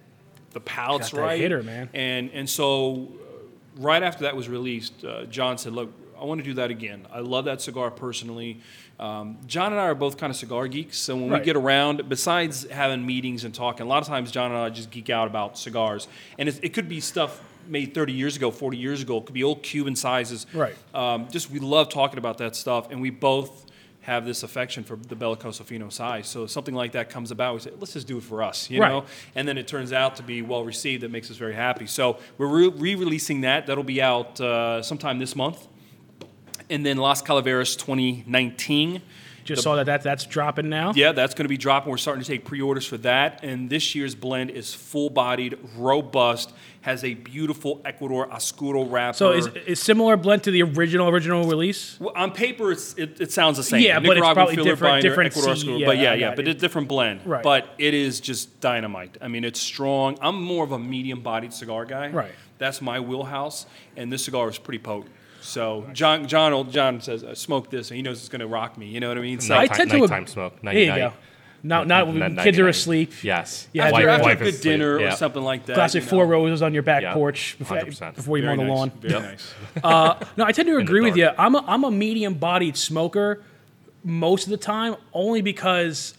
D: the palates
B: Got that
D: right.
B: hitter, man.
D: And and so uh, right after that was released, uh, John said, "Look, I want to do that again. I love that cigar personally." Um, John and I are both kind of cigar geeks, so when
B: Right.
D: we get around, besides having meetings and talking, a lot of times John and I just geek out about cigars, and it, it could be stuff made 30 years ago, 40 years ago. It could be old Cuban sizes.
B: Right.
D: Um, just we love talking about that stuff, and we both have this affection for the Bellicoso Fino size. So if something like that comes about, we say, let's just do it for us, you
B: Right.
D: know? And then it turns out to be well received. That makes us very happy. So we're re releasing that. That'll be out uh, sometime this month. And then Las Calaveras 2019.
B: Just saw that, that that's dropping now.
D: Yeah, that's going to be dropping. We're starting to take pre-orders for that. And this year's blend is full-bodied, robust, has a beautiful Ecuador Oscuro wrapper.
B: So is, is similar blend to the original original release?
D: Well, on paper, it's, it, it sounds the same.
B: Yeah, but it's
D: Nicaraguan
B: probably
D: filler
B: different-
D: binder,
B: different
D: Ecuador
B: seed,
D: Oscuro,
B: yeah,
D: but yeah,
B: I
D: yeah,
B: got
D: but
B: it.
D: it's different blend.
B: Right.
D: But it is just dynamite. I mean, it's strong. I'm more of a medium-bodied cigar guy.
B: Right.
D: That's my wheelhouse, and this cigar is pretty potent. So John, John, old John says, I smoked this, and he knows it's going to rock me. You know what I mean? So
B: I
C: Nighttime-
B: tend to-
C: nighttime smoke.
B: There you
C: night-night.
B: go. Not not
C: Night-
B: when
C: night-
B: kids are
C: night-night.
B: asleep.
C: Yes.
B: Yeah,
D: after,
B: Wife-
D: after
B: wife
D: a good dinner or something like that.
B: Classic
D: you know.
B: four roses on your back
C: Yeah.
B: porch before,
C: 100%.
B: before you mow
D: Very
B: the
D: nice,
B: lawn. Uh,
D: Very nice.
B: No, I tend to agree with you.
C: dark.
B: I'm a, I'm a medium bodied smoker most of the time, only because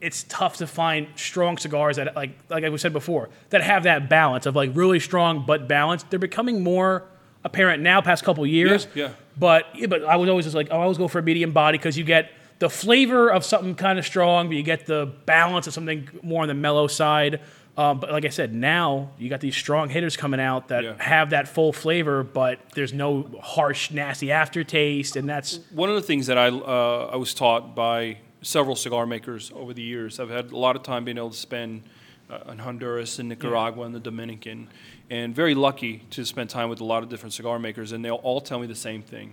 B: it's tough to find strong cigars that like like I said before that have that balance of like really strong but balanced. They're becoming more apparent now past couple years.
D: Yeah, yeah.
B: But yeah, but I was always just like oh, I always go for a medium body because you get the flavor of something kind of strong, but you get the balance of something more on the mellow side. Um, but like I said, now you got these strong hitters coming out that
D: Yeah.
B: have that full flavor, but there's no harsh, nasty aftertaste, and that's
D: One of the things that I, uh, I was taught by several cigar makers over the years, I've had a lot of time being able to spend uh, in Honduras and Nicaragua and the Dominican, and very lucky to spend time with a lot of different cigar makers, and they'll all tell me the same thing.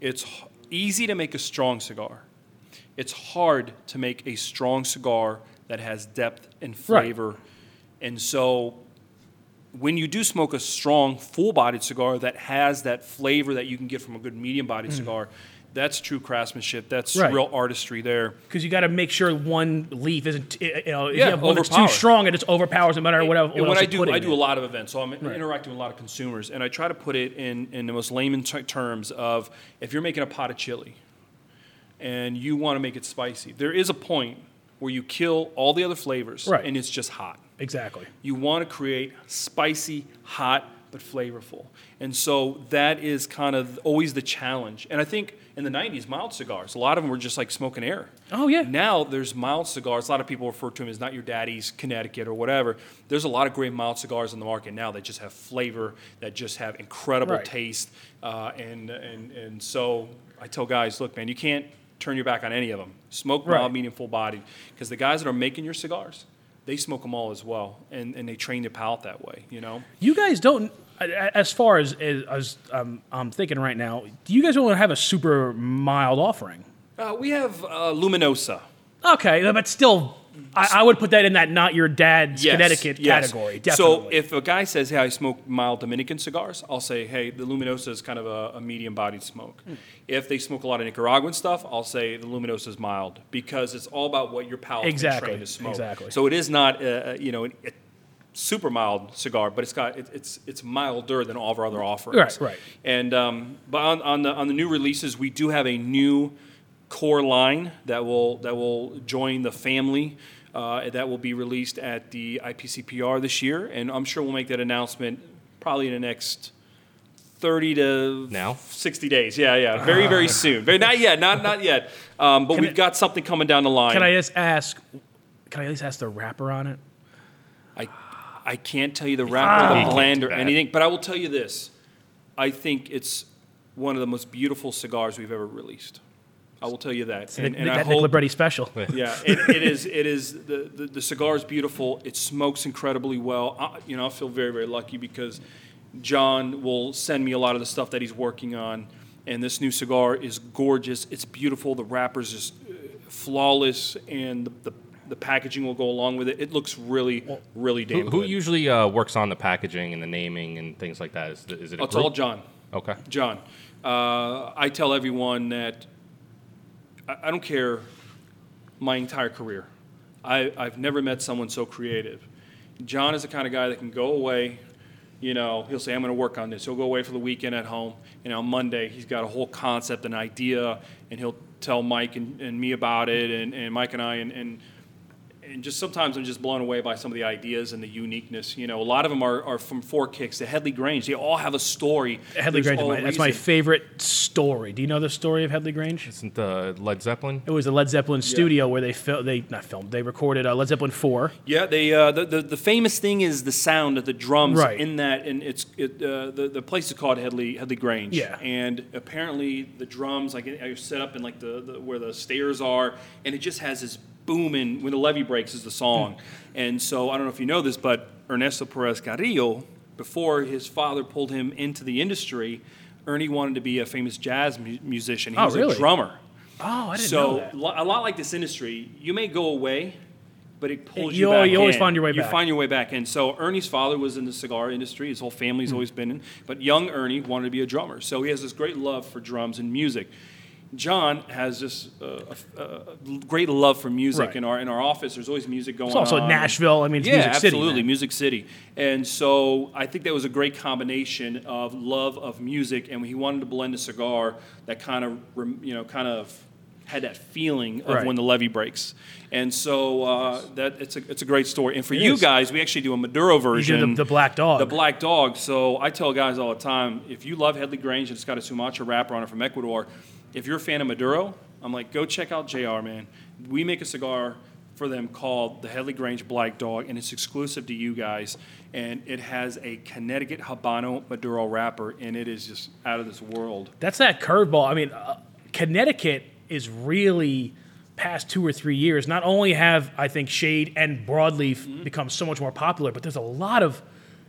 D: It's h- easy to make a strong cigar. It's hard to make a strong cigar that has depth and flavor. And so when you do smoke a strong, full-bodied cigar that has that flavor that you can get from a good medium-bodied cigar, that's true craftsmanship. That's
B: Mm. Right.
D: real artistry there.
B: because you got to make sure one leaf isn't, you know, if
D: Yeah,
B: you have one that's too
D: overpowered.
B: strong, it just overpowers no matter what, el- what
D: And
B: else
D: what I
B: you
D: do,
B: put in
D: I do
B: it.
D: a lot of events, so I'm interacting with a lot of consumers, and I try to put it in in the most layman t- terms of if you're making a pot of chili, and you want to make it spicy, there is a point where you kill all the other flavors,
B: Right.
D: and it's just hot.
B: Exactly.
D: You want to create spicy, hot, but flavorful. And so that is kind of always the challenge. And I think in the 90s, mild cigars, a lot of them were just like smoking air.
B: Oh, yeah.
D: Now there's mild cigars. A lot of people refer to them as not your daddy's Connecticut or whatever. There's a lot of great mild cigars in the market now that just have flavor, that just have incredible
B: Right.
D: taste. Uh, and, and, and so I tell guys, look, man, you can't turn your back on any of them. Smoke
B: Right.
D: mild, medium, full bodied. Because the guys that are making your cigars, they smoke them all as well, and, and they train their palate that way, you know?
B: You guys don't, a- a- as far as, as, as um, I'm thinking right now, you guys don't have a super mild offering.
D: Uh, we have uh, Luminosa.
B: Okay, but still, I, I would put that in that not your dad's
D: Yes,
B: Connecticut
D: yes.
B: category. Definitely.
D: So if a guy says, "Hey, I smoke mild Dominican cigars," I'll say, "Hey, the Luminosa is kind of a, a medium-bodied smoke."
B: Hmm.
D: If they smoke a lot of Nicaraguan stuff, I'll say the Luminosa is mild because it's all about what your palate is
B: Exactly,
D: trained to smoke.
B: exactly.
D: So it is not, uh, you know, an, a super mild cigar, but it's got it, it's it's milder than all of our other offerings.
B: Right, right.
D: And um, but on, on the on the new releases, we do have a new core line that will that will join the family. Uh, that will be released at the IPCPR this year, and I'm sure we'll make that announcement probably in the next 30 to
C: Now?
D: 60 days. Yeah, yeah, very very soon. Very not yet, not not yet. Um, but we've
B: I-
D: got something coming down the line.
B: can I just ask? Can I at least ask the rapper on it?
D: I, I can't tell you the rap or the blend or
C: that.
D: anything, but I will tell you this. I think it's one of the most beautiful cigars we've ever released. I will tell you that. and, and I
B: that Nick
D: hope-
B: Libretti special.
D: yeah, it, it is. It is the, the the cigar is beautiful. It smokes incredibly well. I, you know, I feel very very lucky because John will send me a lot of the stuff that he's working on, and this new cigar is gorgeous. It's beautiful. The wrappers is uh, flawless, and the, the the packaging will go along with it. It looks really really damn
C: Who, who
D: good.
C: usually uh, works on the packaging and the naming and things like that? Is, the, is it a
D: it's all
C: group?
D: John.
C: okay.
D: John, uh, I tell everyone that I, I don't care my entire career. I, I've never met someone so creative. John is the kind of guy that can go away, you know, he'll say, I'm going to work on this. He'll go away for the weekend at home, and on Monday, he's got a whole concept, an idea, and he'll tell Mike and, and me about it, and, and Mike and I, and, and and just sometimes I'm just blown away by some of the ideas and the uniqueness. You know, a lot of them are, are from Four Kicks to Headley Grange. They all have a story.
B: Headley
D: There's
B: Grange. is
D: all
B: my-
D: a
B: that's my
D: reason.
B: favorite story. Do you know the story of Headley Grange?
C: Isn't the Led Zeppelin?
B: It was the Led Zeppelin studio where they fil- they not filmed. They recorded uh, Led Zeppelin four.
D: Yeah, they uh, the, the the famous thing is the sound of the drums
B: Right.
D: in that, and it's it, uh, the the place is called Headley Headley Grange.
B: Yeah.
D: and apparently the drums like are set up in like the, the where the stairs are, and it just has this booming when the levee breaks is the
B: Hmm.
D: song, and so I don't know if you know this, but Ernesto Perez Carrillo, before his father pulled him into the industry, Ernie wanted to be a famous jazz mu- musician. He
B: Oh,
D: was
B: really?
D: a drummer.
B: Oh, I didn't know
D: So
B: that.
D: lo- a lot like this industry, you may go away, but it pulls
B: You
D: you,
B: al-
D: back.
B: you always
D: in.
B: find your way
D: You
B: back.
D: find your way back in. So Ernie's father was in the cigar industry. His whole family's
B: Hmm.
D: always been in. But young Ernie wanted to be a drummer, so he has this great love for drums and music. John has this uh, a- a great love for music.
B: Right.
D: In our in our office, there's always music going
B: It's also
D: on.
B: Nashville. I mean, it's
D: um, Yeah,
B: Music City,
D: absolutely,
B: man.
D: Music City. And so I think that was a great combination of love of music, and he wanted to blend a cigar that kind of, rem- you know, kind of had that feeling of
B: Right.
D: when the levee breaks. And so uh, that it's a it's a great story. And for you
B: is.
D: guys, we actually do a Maduro version,
B: the Black Dog.
D: the Black Dog. So I tell guys all the time, if you love Headley Grange and it's got a Sumatra wrapper on it from Ecuador, if you're a fan of Maduro, I'm like, go check out JR, man. We make a cigar for them called the Headley Grange Black Dog, and it's exclusive to you guys. And it has a Connecticut Habano Maduro wrapper, and it is just out of this world.
B: That's that curveball. I mean, uh, Connecticut is really past two or three years. Not only have I think shade and broadleaf
D: Mm-hmm.
B: become so much more popular, but there's a lot of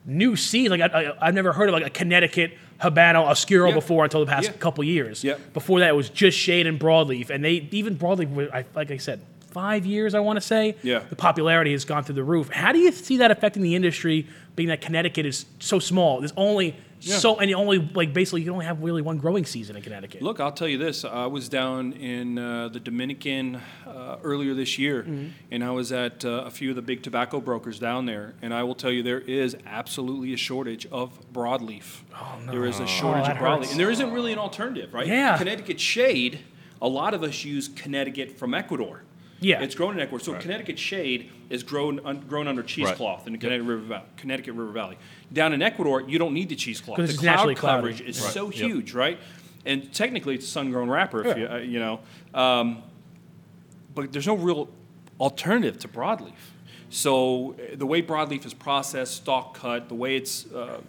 B: new seeds. Like I, I, I've never heard of like a Connecticut Habano Oscuro
D: Yeah.
B: before until the past
D: Yeah.
B: couple years.
D: Yeah.
B: Before that, it was just shade and broadleaf, and they even broadleaf, were, I, like I said, five years I want to say.
D: Yeah.
B: The popularity has gone through the roof. How do you see that affecting the industry, being that Connecticut is so small? There's only
D: Yeah.
B: so, and you only like basically you only have really one growing season in Connecticut.
D: Look, I'll tell you this. I was down in uh, the Dominican uh, earlier this year,
B: Mm-hmm.
D: and I was at uh, a few of the big tobacco brokers down there. And I will tell you, there is absolutely a shortage of broadleaf. Oh, no. There is a shortage
B: that
D: of broadleaf.
B: hurts.
D: And there isn't really an alternative, right?
B: Yeah.
D: Connecticut shade, a lot of us use Connecticut from Ecuador.
B: Yeah.
D: It's grown in Ecuador. So Connecticut shade is grown un- grown under cheesecloth in the Connecticut River, Valley, Connecticut River Valley. Down in Ecuador, you don't need the cheesecloth.
B: 'Cause
D: The
B: it's naturally
D: cloud
B: cloudy.
D: coverage is
C: Right.
D: so
C: Yep.
D: huge, right? And technically, it's a sun-grown wrapper, if you, uh, you know. Um, but there's no real alternative to broadleaf. So uh, the way broadleaf is processed, stalk cut, the way it's uh,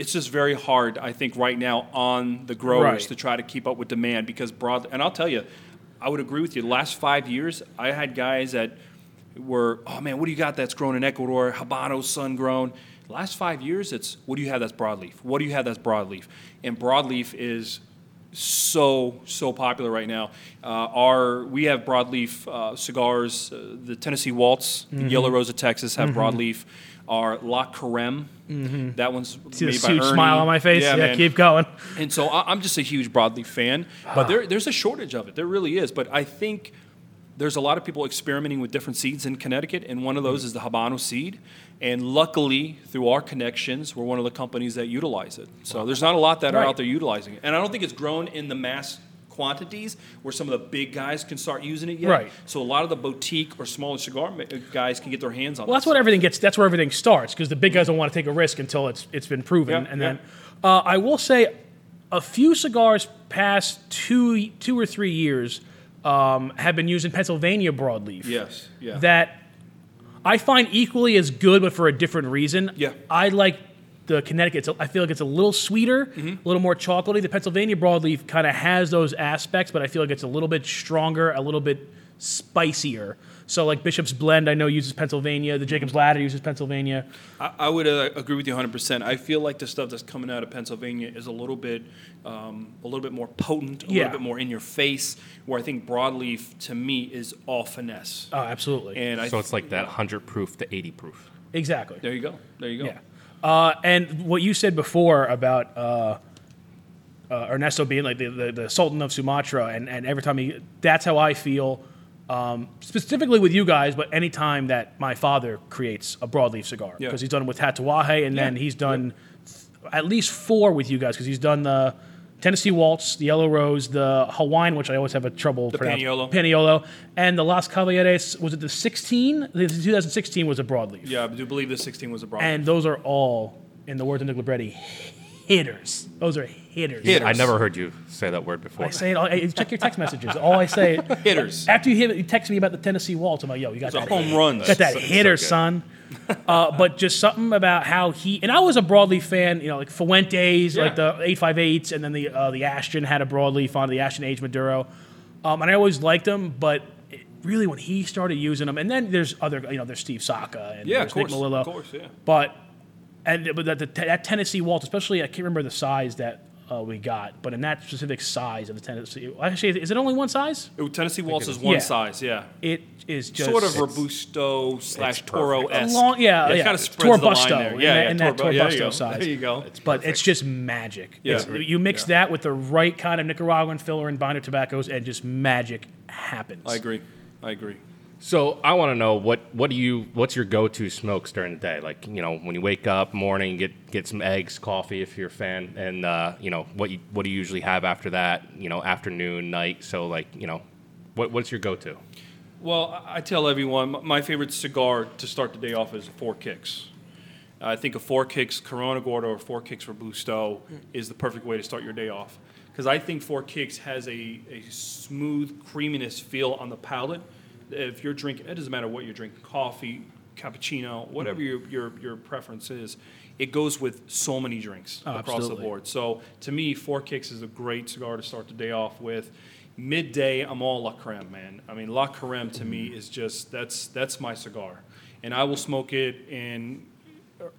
D: it's just very hard, I think, right now on the growers
B: Right.
D: to try to keep up with demand because broad. And I'll tell you, I would agree with you. The last five years, I had guys that were, oh man, what do you got that's grown in Ecuador? Habano, sun grown. Last five years, it's what do you have that's broadleaf? What do you have that's broadleaf? And broadleaf is so so popular right now. Uh, our we have broadleaf uh, cigars. Uh, the Tennessee Waltz, the Yellow Rose of Texas have broadleaf. Our La Carême, that one's
B: See
D: made
B: this
D: by
B: huge
D: Ernie.
B: smile on my face. Yeah,
D: man.
B: keep going.
D: And so I, I'm just a huge broadleaf fan, but there, there's a shortage of it. There really is. But I think there's a lot of people experimenting with different seeds in Connecticut, and one of those is the Habano seed. And luckily, through our connections, we're one of the companies that utilize it. So there's not a lot that are
B: Right.
D: out there utilizing it, and I don't think it's grown in the mass quantities where some of the big guys can start using it yet.
B: Right.
D: So a lot of the boutique or smaller cigar ma- uh, guys can get their hands on.
B: Well, that's
D: this.
B: what everything gets. That's where everything starts because the big guys don't want to take a risk until it's it's been proven.
D: Yeah,
B: and
D: yeah.
B: then uh, I will say, a few cigars past two two or three years um, have been used in Pennsylvania broadleaf.
D: Yes. Yeah.
B: That I find equally as good, but for a different reason.
D: Yeah.
B: I like the Connecticut. It's a- I feel like it's a little sweeter,
D: Mm-hmm.
B: a little more chocolatey. The Pennsylvania broadleaf kind of has those aspects, but I feel like it's a little bit stronger, a little bit spicier. So like Bishop's Blend, I know uses Pennsylvania. The Jacob's Ladder uses Pennsylvania.
D: I, I would uh, agree with you 100%. I feel like the stuff that's coming out of Pennsylvania is a little bit, um, a little bit more potent, a
B: Yeah.
D: little bit more in your face. Where I think broadleaf to me is all finesse.
B: Oh, absolutely.
D: And I
C: So it's like that 100 proof to 80 proof.
B: exactly.
D: there you go, there you go.
B: Yeah. Uh, and what you said before about uh, uh, Ernesto being like the, the, the Sultan of Sumatra, and, and every time he, that's how I feel, um, specifically with you guys, but any time that my father creates a broadleaf cigar,
D: Yeah.
B: because he's done it with Tatawahe, and then
D: Yeah.
B: he's done th- at least four with you guys, because he's done the Tennessee Waltz, the Yellow Rose, the Hawaiian, which I always have a trouble the
D: Paniolo.
B: Paniolo, and the Las Caballeres, was it the 16? The 2016 was a broadleaf.
D: Yeah, I do believe the 16 was a broadleaf.
B: And those are all, in the words of Nick Libretti, hitters. Those are hitters.
D: Hitters.
C: I never heard you say that word before.
B: I say it all. hey, check your text messages. All I say
D: Hitters.
B: After you, hit, you text me about the Tennessee Waltz, I'm like, yo, you got
D: Those
B: that
D: are home
B: hit-
D: runs.
B: Got that
C: So- so
B: hitter,
C: good.
B: son. Uh, but just something about how he and I was a broadleaf fan, you know, like Fuentes,
D: Yeah.
B: like the 858s, and then the uh, the Ashton had a broadleaf on the Ashton Age Maduro, um, and I always liked them. But it, really, when he started using them, and then there's other, you know, there's Steve Saka and
D: Yeah, of
B: there's Nick
D: course,
B: Melillo,
D: of course, yeah.
B: But and but that, the, that Tennessee Waltz, especially I can't remember the size that uh, we got, but in that specific size of the Tennessee, actually, is it only one size?
D: Ooh, Tennessee Waltz is one
B: Yeah.
D: size, yeah.
B: It is just
D: sort of robusto slash toro esque.
B: Long- yeah, yeah.
D: Kind of
B: It's
D: spreads the line
B: Torbusto,
D: there.
B: in
D: Yeah,
B: that-
D: yeah,
B: in that
D: Torbu- yeah, there you
B: Torbusto
D: go.
B: size.
D: There you go.
B: but it's just magic.
D: Yeah.
B: It's- you mix that with the right kind of Nicaraguan filler and binder tobaccos, and just magic happens.
D: I agree. I agree.
C: So I want to know what what do you what's your go to smokes during the day? Like you know when you wake up morning, get get some eggs, coffee if you're a fan, and uh, you know what you what do you usually have after that? You know afternoon, night. So like you know what what's your go to?
D: Well, I- I tell everyone m- my favorite cigar to start the day off is Four Kicks. Uh, I think a Four Kicks Corona Gordo or Four Kicks Robusto
B: Mm.
D: is the perfect way to start your day off. Because I think Four Kicks has a, a smooth creaminess feel on the palate if you're drinking, it doesn't matter what you're drinking, coffee, cappuccino, whatever
B: Mm.
D: your, your, your preference is, it goes with so many drinks
B: Oh,
D: across
B: absolutely.
D: the board. So to me, Four Kicks is a great cigar to start the day off with. Midday, I'm all La Creme, man. I mean, La Creme to
B: Mm.
D: me is just, that's, that's my cigar. And I will smoke it in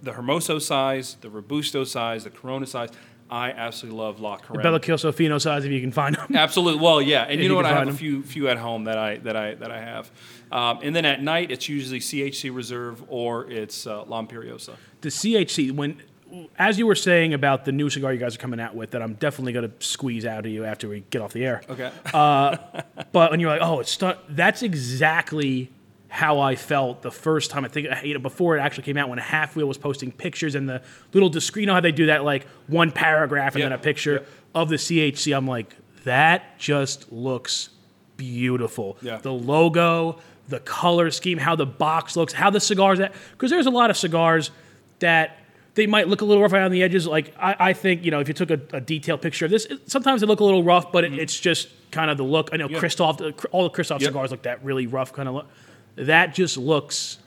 D: the Hermoso size, the Robusto size, the Corona size. I absolutely love La Creme.
B: Bella Kilsofino size if you can find them.
D: Absolutely. Well, yeah, and
B: If
D: you know
B: you
D: what?
B: can
D: I have
B: find
D: a
B: 'em.
D: few few at home that I that I that I have, um, and then at night it's usually CHC Reserve or it's uh, L'Imperiosa.
B: the CHC when as you were saying about the new cigar you guys are coming out with that I'm definitely going to squeeze out of you after we get off the air.
D: Okay.
B: But when you're like, "Oh, it's stu- that's exactly how I felt the first time. I think you know, before it actually came out when Half Wheel was posting pictures and the little discreet, you know how they do that like one paragraph and
D: Yeah.
B: then a picture of the CHC. I'm like, that just looks beautiful.
D: Yeah.
B: The logo, the color scheme, how the box looks, how the cigars that because there's a lot of cigars that they might look a little rough around the edges. Like I, I think you know if you took a, a detailed picture of this, it, sometimes they look a little rough, but it,
D: Mm-hmm.
B: it's just kind of the look. I know Christoph, uh, all the Christoph
D: Yeah.
B: cigars look that really rough kind of look. That just looks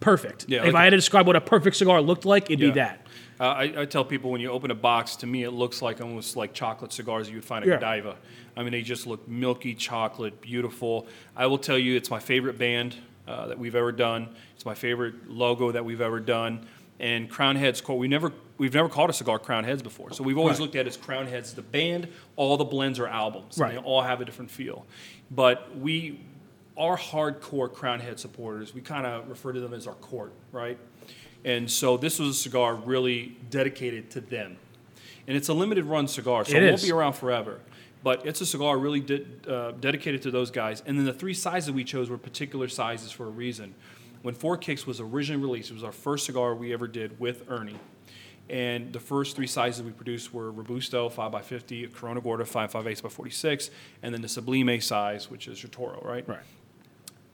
B: perfect.
D: Yeah,
B: if
D: like
B: I
D: a-
B: had to describe what a perfect cigar looked like, it'd
D: Yeah.
B: be that.
D: Uh, I, I tell people when you open a box, to me it looks like almost like chocolate cigars you would find at
B: Yeah.
D: Godiva. I mean, they just look milky chocolate, beautiful. I will tell you, it's my favorite band uh, that we've ever done. It's my favorite logo that we've ever done. And Crown Heads, we never we've never called a cigar Crown Heads before, so we've always
B: Right.
D: looked at it as Crown Heads the band. All the blends are albums, and
B: Right.
D: they all have a different feel. But we our hardcore Crown Head supporters, we kind of refer to them as our court, right? And so this was a cigar really dedicated to them. And it's a limited run cigar, so
B: It
D: it, won't
B: is.
D: be around forever. But it's a cigar really did, uh, dedicated to those guys. And then the three sizes we chose were particular sizes for a reason. When Four Kicks was originally released, it was our first cigar we ever did with Ernie. And the first three sizes we produced were Robusto 5x50, Corona Gorda 5.58x46, and then the Sublime size, which is your Toro, right?
B: Right.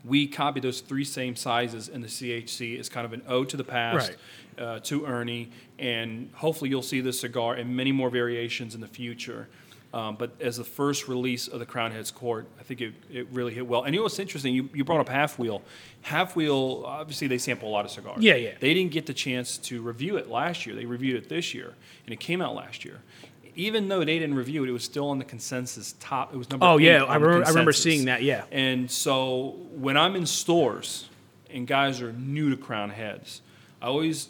D: we copied those three same sizes in the CHC as kind of an ode to the past, uh, to Ernie, and hopefully you'll see this cigar in many more variations in the future. Um, but as the first release of the Crown Heads Court, I think it, it really hit well. And you know what's interesting? You, you brought up Half Wheel. Half Wheel, obviously, they sample a lot of cigars.
B: Yeah, yeah.
D: They didn't get the chance to review it last year. They reviewed it this year, and it came out last year. Even though they didn't review it, it was still on the consensus top. It was number
B: Oh,
D: eight
B: yeah,
D: on
B: I
D: the
B: remember- I remember
D: consensus.
B: seeing that, yeah.
D: And so when I'm in stores and guys are new to Crown Heads, I always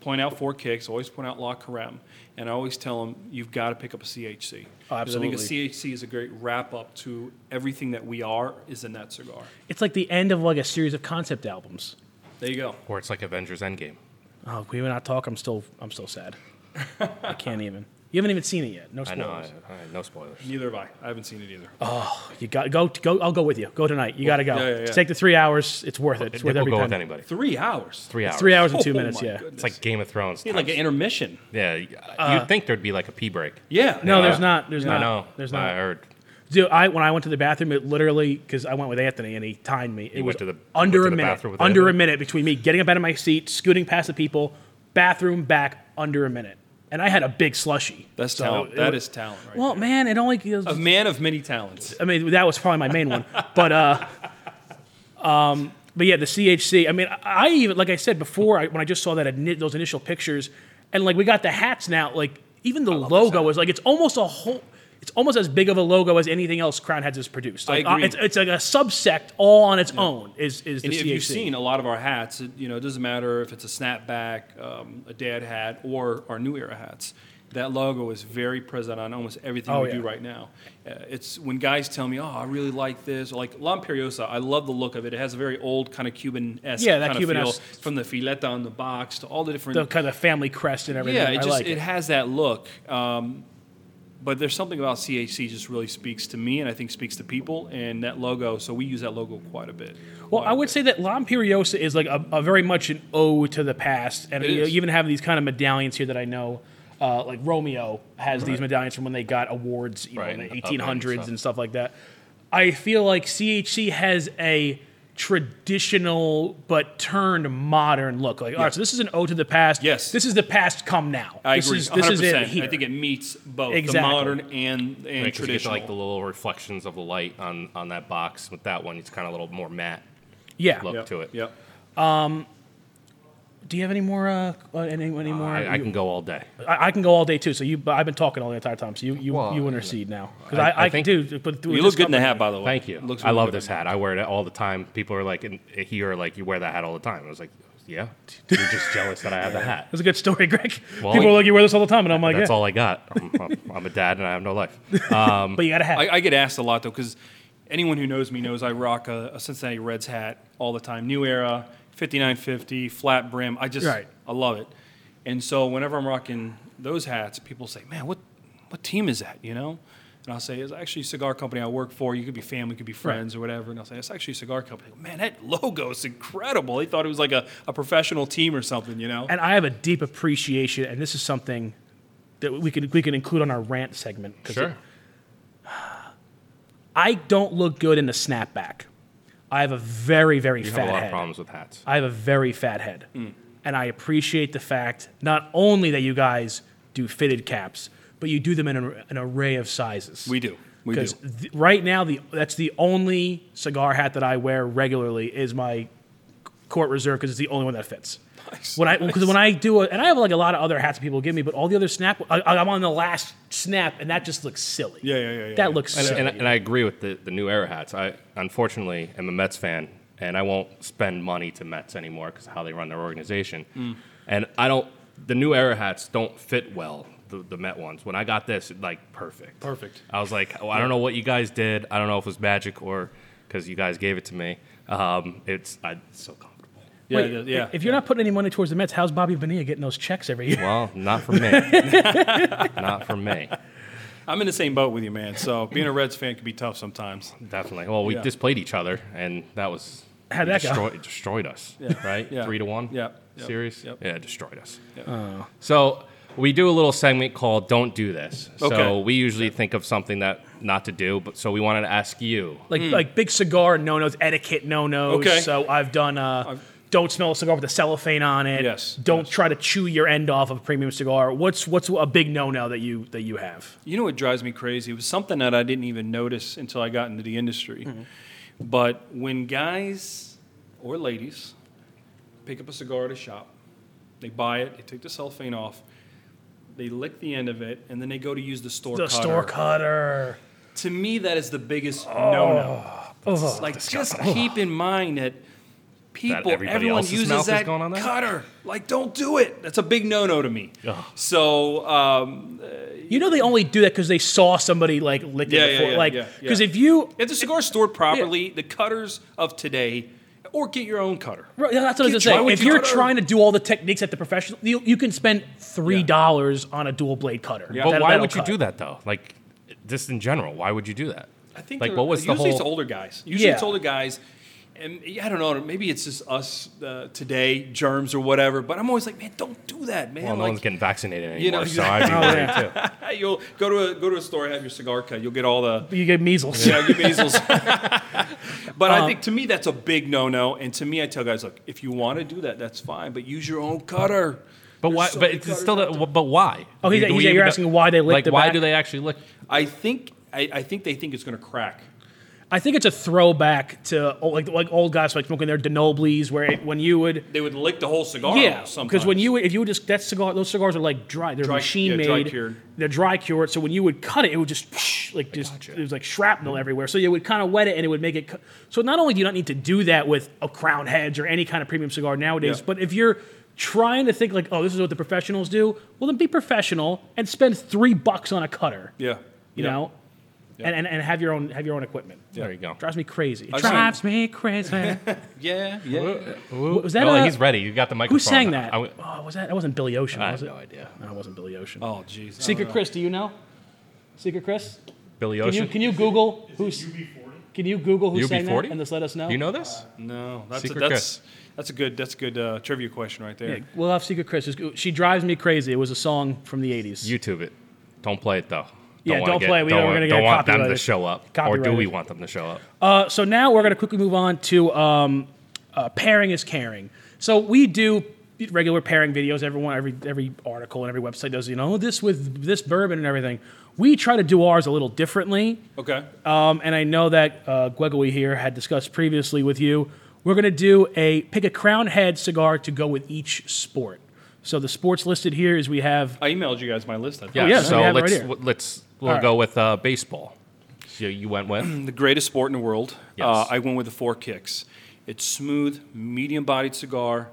D: point out Four Kicks, I always point out La Carême, and I always tell them, you've got to pick up a CHC.
B: Oh,
D: 'Cause I think a
B: absolutely.
D: CHC is a great wrap up to everything that we are is in that cigar.
B: It's like the end of like a series of concept albums.
D: There you go.
C: Or it's like Avengers Endgame.
B: Oh, can we not talk? I'm still I'm still sad. I can't even. You haven't even seen it yet. No
C: I
B: spoilers.
C: know. I, I, no spoilers.
D: Neither have I. I haven't seen it either.
B: Oh. You got go go. I'll go with you. Go tonight. You got to go.
D: yeah, yeah, yeah.
B: Take the three hours. It's worth it. It's
C: It
B: worth
C: will
B: every
C: go with
B: penny.
C: anybody.
D: Three hours.
C: Three hours.
B: Three hours and two
D: Oh,
B: minutes.
D: my
B: Yeah.
D: goodness.
C: It's like Game of Thrones.
D: Yeah, like an
C: times-
D: intermission.
C: yeah. you- you'd think there'd be like a pee break.
D: Yeah.
B: No,
C: Yeah.
B: there's not. There's
C: I
B: not.
C: know.
B: There's
C: I
B: not.
C: heard.
B: Dude, I when I went to the bathroom, it literally because I went with Anthony and he timed me. It
C: You
B: was
C: went to the- you
B: under
C: went to
B: a
C: the
B: minute.
C: bathroom with
B: Under a
C: Anthony?
B: minute between me getting up out of my seat, scooting past the people, bathroom back under a minute, and I had a big slushy.
D: That's
B: So
D: talent.
B: it
D: That
B: was-
D: is talent, right?
B: Well, man, it only
D: there. a man of many talents.
B: I mean, that was probably my main one. But uh, um, but yeah, the CHC. I mean, I I even like I said before I, when I just saw that ini- those initial pictures, and like we got the hats now. Like even the logo is like it's almost a whole. It's almost as big of a logo as anything else Crown Heads has produced.
D: I
B: Like, uh,
D: agree.
B: it's, it's like a subsect all on its own. Is is the
D: And
B: CHC?
D: if you've seen a lot of our hats, it, you know, it doesn't matter if it's a snapback, um, a dad hat, or our new era hats. That logo is very present on almost everything
B: Oh,
D: we do
B: yeah.
D: right now. Uh, it's when guys tell me, "Oh, I really like this," or like La Imperiosa. I love the look of it. It has a very old kind of Cuban esque
B: Yeah, that
D: kind of feel
B: Cuban-esque-
D: from the fileta on the box to all the different
B: the kind of family crest and everything.
D: yeah, it
B: I
D: just
B: like
D: it. has that look. Um, but there's something about CHC just really speaks to me, and I think speaks to people, and that logo. So we use that logo quite a bit.
B: Well,
D: Quite
B: I
D: a
B: would
D: bit.
B: say that La Imperiosa is like a, a very much an ode to the past, and
D: It
B: you
D: is.
B: even have these kind of medallions here that I know, uh, like Romeo has these medallions from when they got awards, you
C: Right,
B: know, in
C: and
B: the
C: up and
B: 1800s
C: stuff.
B: and stuff like that. I feel like CHC has a traditional but turned modern look. Like, all right, so this is an ode to the past.
D: Yes.
B: this is the past come now.
D: I
B: this
D: agree.
B: Is,
D: 100%.
B: this is it here.
D: I think it meets both
B: Exactly.
D: the modern and and
C: Right, 'cause you get the,
D: traditional.
C: like the little reflections of the light on on that box. With that one, it's kind of a little more matte
B: yeah.
C: look
D: Yep,
C: to it.
D: Yep.
B: Do you have any more? Uh, uh, any, any more?
C: I, I can go all day.
B: I, I can go all day too. So you, but I've been talking all the entire time. So you, you,
C: Well,
B: you
C: I-
B: intercede now because I,
C: I- I
B: I, can
C: think-
B: do. But
D: You look good in the hat, by the way.
C: Thank you.
D: Looks
C: I
D: really
C: love
D: good.
C: this hat. I wear it all the time. People are like in, here, like you wear that hat all the time. I was like, yeah, you're just jealous that I have the hat.
B: That's a good story, Greg.
C: Well,
B: People are like, you wear this all the time, and I'm like,
C: That's
B: yeah.
C: all I got. I'm, I'm, I'm a dad and I have no life.
B: But you got a hat.
D: I, I get asked a lot though, because anyone who knows me knows I rock a, a Cincinnati Reds hat all the time. New era, 5950, flat brim. I just,
B: Right.
D: I love it. And so whenever I'm rocking those hats, people say, "Man, what, what team is that?" You know. And I'll say, it's actually a cigar company I work for. You could be family, you could be friends, or whatever. And I'll say, it's actually a cigar company. Man, that logo is incredible. They thought it was like a, a professional team or something, you know?
B: and I have a deep appreciation, and this is something that we could we could include on our rant segment. 'cause it- I don't look good in the snapback. I have a very very
C: You
B: fat
C: have a lot
B: head.
C: of problems with hats.
B: I have a very fat head, and I appreciate the fact not only that you guys do fitted caps, but you do them in an, an array of sizes.
D: we do. We do.
B: because th- right now the that's the only cigar hat that I wear regularly is my court reserve because it's the only one that fits. When I because when I do it, and I have like a lot of other hats that people give me, but all the other snap, I, I'm on the last snap, and that just looks silly.
D: Yeah, yeah, yeah, yeah,
B: That
D: yeah.
B: looks
C: And,
B: silly.
C: and, and I agree with the, the new era hats. I unfortunately am a Mets fan, and I won't spend money to Mets anymore because of how they run their organization. And I don't. The new era hats don't fit well. The, the Met ones. When I got this, it, like perfect.
D: Perfect.
C: I was like, oh, I don't know what you guys did. I don't know if it was magic or because you guys gave it to me. Um, it's I, it's so comfortable.
D: yeah,
B: Wait,
D: yeah, yeah.
B: If you're not putting any money towards the Mets, how's Bobby Bonilla getting those checks every year?
C: Well, not for me. not for me.
D: I'm in the same boat with you, man. So being a Reds fan can be tough sometimes.
C: Definitely. Well, we
D: Yeah.
C: displayed each other, and that was
B: How'd
C: it
B: that go?
C: destroy- it destroyed us, right?
D: Yeah.
C: Three to one.
D: Yeah. Yep.
C: Series.
D: Yep.
C: Yeah, it destroyed us. Uh. So we do a little segment called "Don't Do This." So
D: Okay.
C: we usually think of something that not to do, but so we wanted to ask you.
B: Like like big cigar no nos, etiquette no nos.
D: Okay.
B: So I've done. Uh, don't smell a cigar with a cellophane on it.
D: Yes,
B: Don't
D: yes.
B: try to chew your end off of a premium cigar. What's what's a big no no that you that you have?
D: You know what drives me crazy? It was something that I didn't even notice until I got into the industry.
C: Mm-hmm.
D: But when guys or ladies pick up a cigar at a shop, they buy it, they take the cellophane off, they lick the end of it, and then they go to use the store
B: The
D: cutter.
B: store cutter.
D: To me, that is the biggest no-no.
C: Oh,
D: It's like, just keep in mind that people,
C: everybody
D: everyone
C: else's mouth
D: uses
C: is
D: that,
C: going on that?
D: cutter. Like, don't do it. That's a big no-no to me.
C: Ugh.
D: So, um,
B: You know they only do that because they saw somebody like lick
D: Yeah,
B: it
D: yeah,
B: before.
D: yeah,
B: like
D: yeah, yeah.
B: because if you
D: If the cigar's stored properly, the cutters of today, or get your own cutter.
B: Right, yeah, that's what I was
D: Try
B: gonna say.
D: what
B: If
D: you
B: you're
D: got.
B: trying to do all the techniques at the professional, you, you can spend three dollars on a dual blade cutter.
D: Yeah.
C: But
B: That-
C: why
B: that'll
C: would you
B: cut.
C: do that though? Like, just in general, why would you do that?
D: I think
C: like
D: they're-
C: what was the
D: usually
C: whole?
D: it's older guys. Usually it's
B: Yeah.
D: older guys, and yeah, I don't know. Maybe it's just us uh, today, germs or whatever. But I'm always like, man, don't do that, man.
C: well, no
D: like,
C: one's getting vaccinated anymore,
D: You know,
C: so I'd be
B: Oh,
C: worried
B: yeah.
C: too.
D: you'll go to a go to a store, have your cigar cut. You'll get all the
B: You get measles.
D: you know, your measles. but I
C: Um,
D: think to me that's a big no-no. And to me, I tell guys, look, if you want to do that, that's fine, but use your own cutter.
C: But
D: There's
C: why?
D: so
C: but
D: many
C: it's
D: cutters
C: still.
D: out
C: The,
D: there.
C: but why?
B: Oh, he's-
C: Do we
B: he's- you're
C: even-
B: asking why they lick
C: like
B: the
C: why
B: back?
C: do they actually lick?
D: I think I, I think they think it's going to crack.
B: I think it's a throwback to old, like like old guys like smoking their denoblies, where it, when you would
D: They would lick the whole cigar.
B: yeah,
D: almost
B: because when
D: Oh, sometimes.
B: you would, if you would just that cigar, those cigars are like dry, they're
D: Dry-
B: machine
D: yeah,
B: made,
D: dry cured.
B: they're dry cured. So when you would cut it, it would just whoosh, like just it was like shrapnel everywhere. So you would kind of wet it, and it would make it. cu- So not only do you not need to do that with a Crown Hedge or any kind of premium cigar nowadays,
D: Yeah.
B: but if you're trying to think like, oh, this is what the professionals do, well then be professional and spend three bucks on a cutter,
D: Yeah.
B: you
D: Yeah.
B: know, and, and and have your own have your own equipment.
C: There you go.
B: Drives me crazy. It
D: I've seen-
B: drives me crazy.
D: Yeah, yeah.
B: was that
C: oh,
B: a-
C: he's ready. You got the microphone.
B: Who sang that?
C: I w-
B: oh, was that that wasn't Billy Ocean?
C: I
B: was
C: have
B: it?
C: no idea.
B: No, it wasn't Billy Ocean.
D: Oh, jeez.
B: Secret Chris, do you know? Secret Chris,
C: Billy
B: can you
C: Ocean.
B: can you Google who's can you Google who sang that
C: UB40?
B: and just let us know?
C: you know this?
D: No, that's
C: Secret
D: a, that's that's a good that's a good uh, trivia question right there.
B: Yeah, we'll have Secret Chris. Just go- She drives me crazy. It was a song from the '80s.
C: YouTube it. Don't play it though.
B: Yeah,
C: wanna
B: don't
C: get-
B: play. We know we're
C: wanna-
B: gonna get
C: want them
B: copyrighted.
C: to show up, or do
B: Copyrighted.
C: we want them to show up?
B: Uh, so now we're going to quickly move on to um, uh, pairing is caring. So we do regular pairing videos. Everyone, every every article and every website does. You know, "Oh, this with this bourbon and everything. We try to do ours a little differently.
D: Okay.
B: Um, and I know that uh, Gwegwe here had discussed previously with you. We're going to do a pick a crown head cigar to go with each sport. So the sports listed here is we have
D: I emailed you guys my list. I think.
B: yeah,
C: so
B: we have it right
C: let's
B: here.
C: w- let's we'll
B: right.
C: go with uh, baseball. So you went with
D: The greatest sport in the world.
C: Yes.
D: Uh, I went with the Four Kicks. It's smooth, medium-bodied cigar.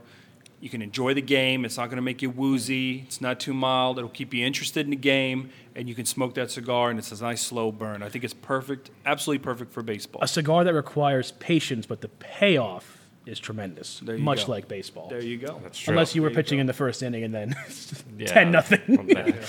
D: You can enjoy the game. It's not going to make you woozy. It's not too mild. It'll keep you interested in the game, and you can smoke that cigar. And it's a nice slow burn. I think it's perfect, absolutely perfect for baseball.
B: a cigar that requires patience, but the payoff is tremendous.
D: There you
B: Much
D: go.
B: like baseball.
D: There you go. That's
B: Unless you were pitching in the first inning and then ten nothing.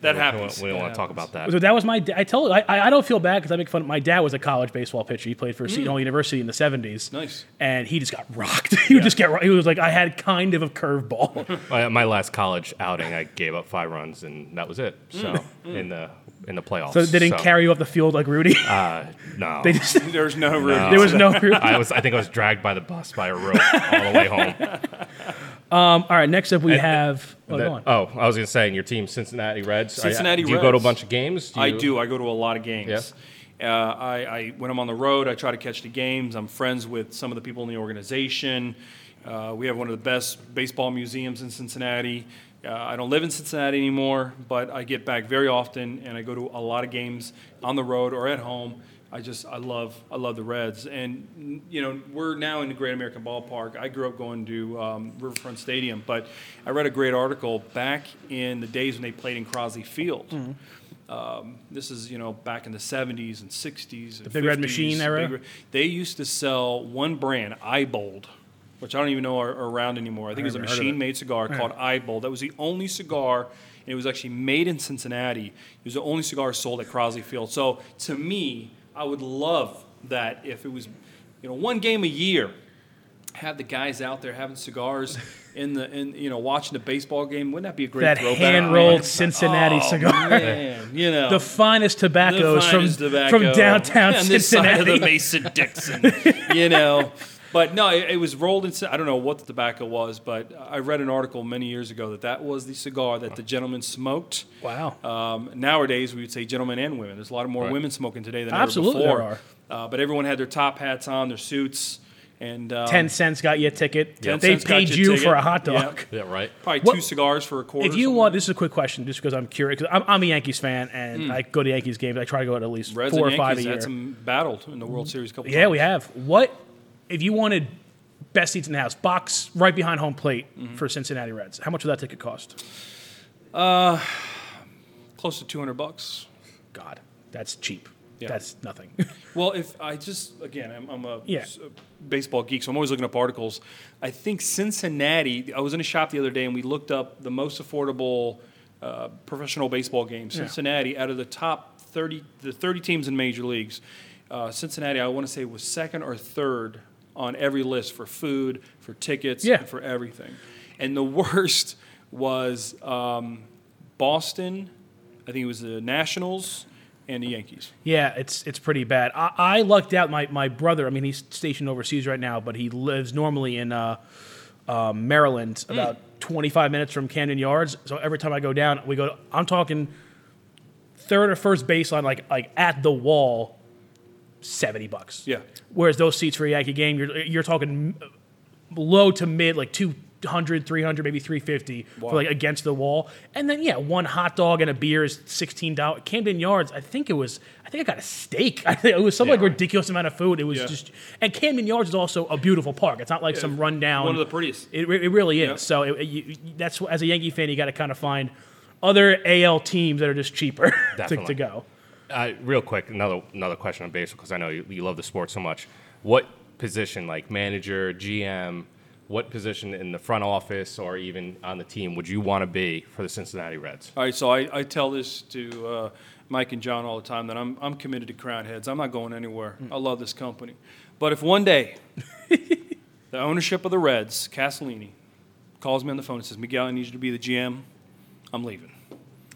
D: That
C: We don't,
D: happens. That
C: want to talk
D: happens.
C: about that.
B: So that was my. da- I told. I, I I don't feel bad because I make fun. of My dad was a college baseball pitcher. He played for Seton Hall University in the seventies.
D: Mm. Nice.
B: And he just got rocked. he would just get. ro- He was like, I had kind of a curveball.
C: My, my last college outing, I gave up five runs, and that was it. So in the in the playoffs,
B: Mm, so they didn't carry you off the field like Rudy.
D: Oh.
C: Uh, no,
B: they just.
D: There's no room.
B: There was no. Rudy.
C: I was. I think I was dragged by the bus by a rope all the way home.
B: Um, all right. Next up, we have. Oh,
C: That-
B: go on.
C: oh, I was going to say, in your team, Cincinnati Reds.
D: Cincinnati
C: I, do you go to a
D: Reds.
C: bunch of games?
D: I
C: you-
D: do. I go to a lot of games. Uh, I, I when I'm on the road, I try to catch the games. I'm friends with some of the people in the organization. Uh, we have one of the best baseball museums in Cincinnati. Uh, I don't live in Cincinnati anymore, but I get back very often, and I go to a lot of games on the road or at home. I just I love I love the Reds, and you know we're now in the Great American Ballpark. I grew up going to um, Riverfront Stadium, but I read a great article back in the days when they played in Crosley Field. This is, you know, back in the 70s and 60s. The
B: Big Red Machine era?
D: they used to sell one brand, Ibold, which I don't even know are, are around anymore. I think it was a
B: haven't heard of it.
D: machine made cigar called Ibold. That was the only cigar, and it was actually made in Cincinnati. It was the only cigar sold at Crosley Field. So to me, I would love that if it was, you know, one game a year have the guys out there having cigars in the in you know watching the baseball game wouldn't that be a great
B: That
D: throwback
B: hand rolled Cincinnati
D: Oh,
B: cigar.
D: man, you know
B: The finest tobaccos
D: the
B: from
D: finest tobacco
B: from downtown
D: on this side
B: Cincinnati.
D: of the Mason Dixon, you know. But no, it, it was rolled in. I don't know what the tobacco was, but I read an article many years ago that that was the cigar that the gentleman smoked.
B: Wow.
D: Um, nowadays, we would say gentlemen and women. There's a lot of more women smoking today than
B: Absolutely there
D: ever before. are. Uh, but everyone had their top hats on, their suits, and um,
B: 10 cents got you a ticket.
D: 10
B: They
D: cents got
B: paid
D: your
B: you
D: ticket.
B: for a hot dog.
D: Yeah.
C: Yeah, right.
D: probably
B: What-
D: two cigars for a quarter.
B: If you
D: something
B: want, this is a quick question, just because I'm curious. Cause I'm, I'm a Yankees fan, and I go to Yankees games. I try to go to at least
D: like that. Hmm. Reds
B: four or
D: and
B: five a
D: Yankees
B: year. Mm-hmm.
D: had some battled in the World Series a couple
B: yeah, we
D: times.
B: have. What if you wanted best seats in the house, box right behind home plate
D: Mm-hmm.
B: for Cincinnati Reds? How much would that ticket cost?
D: close to 200 bucks.
B: God, that's cheap.
D: Yeah.
B: That's nothing.
D: Well, if I just again, I'm, I'm a
B: Yeah.
D: s- a baseball geek, so I'm always looking up articles. I think Cincinnati. I was in a shop the other day and we looked up the most affordable uh, professional baseball game. Cincinnati, out of the top 30, the 30 teams in major leagues, uh, Cincinnati, I want to say was second or third on every list for food, for tickets,
B: Yeah.
D: and for everything. And the worst was um, Boston. I think it was the Nationals and the Yankees.
B: yeah, it's it's pretty bad. I, I lucked out. My my brother. I mean, he's stationed overseas right now, but he lives normally in uh, uh, Maryland, about 25 minutes from Camden Yards. So every time I go down, we go. I'm talking third or first baseline, like like at the wall, 70 bucks.
D: Yeah.
B: Whereas those seats for a Yankee game, you're you're talking m- low to mid, like 200, 300, maybe 350 for like against the wall. And then yeah, one hot dog and a beer is $16. Camden Yards, I think it was I think I got a steak. I think it was some like ridiculous amount of food. It was
D: Yeah.
B: just and Camden Yards is also a beautiful park. It's not like some rundown
D: One of the prettiest.
B: It, re- it really is. So it, you, you- that's as a Yankee fan, you got to kind of find other AL teams that are just cheaper to, to
C: Definitely.
B: go.
C: Uh, real quick, another another question on baseball because I know you, you love the sport so much. What position, like manager, GM, what position in the front office or even on the team would you want to be for the Cincinnati Reds?
D: All right, so I, I tell this to uh, Mike and John all the time that I'm, I'm committed to Crown Heads. I'm not going anywhere.
C: Mm.
D: I love this company. But if one day the ownership of the Reds, Castellini, calls me on the phone and says, Miguel, I need you to be the GM, I'm leaving.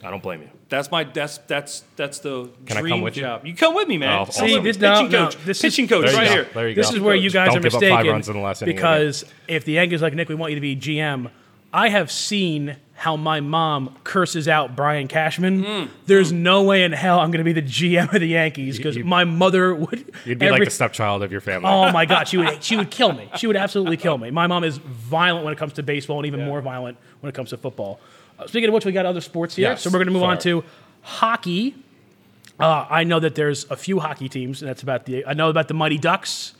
C: I don't blame you.
D: That's my that's that's that's the
C: Can I come
D: dream
C: with you?
D: job. You? come with me, man.
C: Oh,
D: Come with
C: See,
D: me.
B: this- no,
D: pitching
B: no,
D: coach,
B: this is-
D: pitching coach
C: There you
D: right
C: go.
D: here.
C: There you
B: this
C: go.
B: is where you guys
C: Don't
B: are
C: give up five
B: mistaken.
C: runs in the last inning
B: because if the Yankees like Nick, we want you to be GM. I have seen how my mom curses out Brian Cashman. There's no way in hell I'm going to be the GM of the Yankees because
C: Hmm. you-
B: my mother would.
C: You'd be
B: every-
C: like the stepchild of your family.
B: Oh my god, she would she would kill me. She would absolutely kill me. My mom is violent when it comes to baseball, and even more violent when it comes to football. Uh, speaking of which, we got other sports here,
C: Yes,
B: so we're going to move on
C: sorry.
B: to hockey. Uh, I know that there's a few hockey teams, and that's about the. I know about the Mighty Ducks,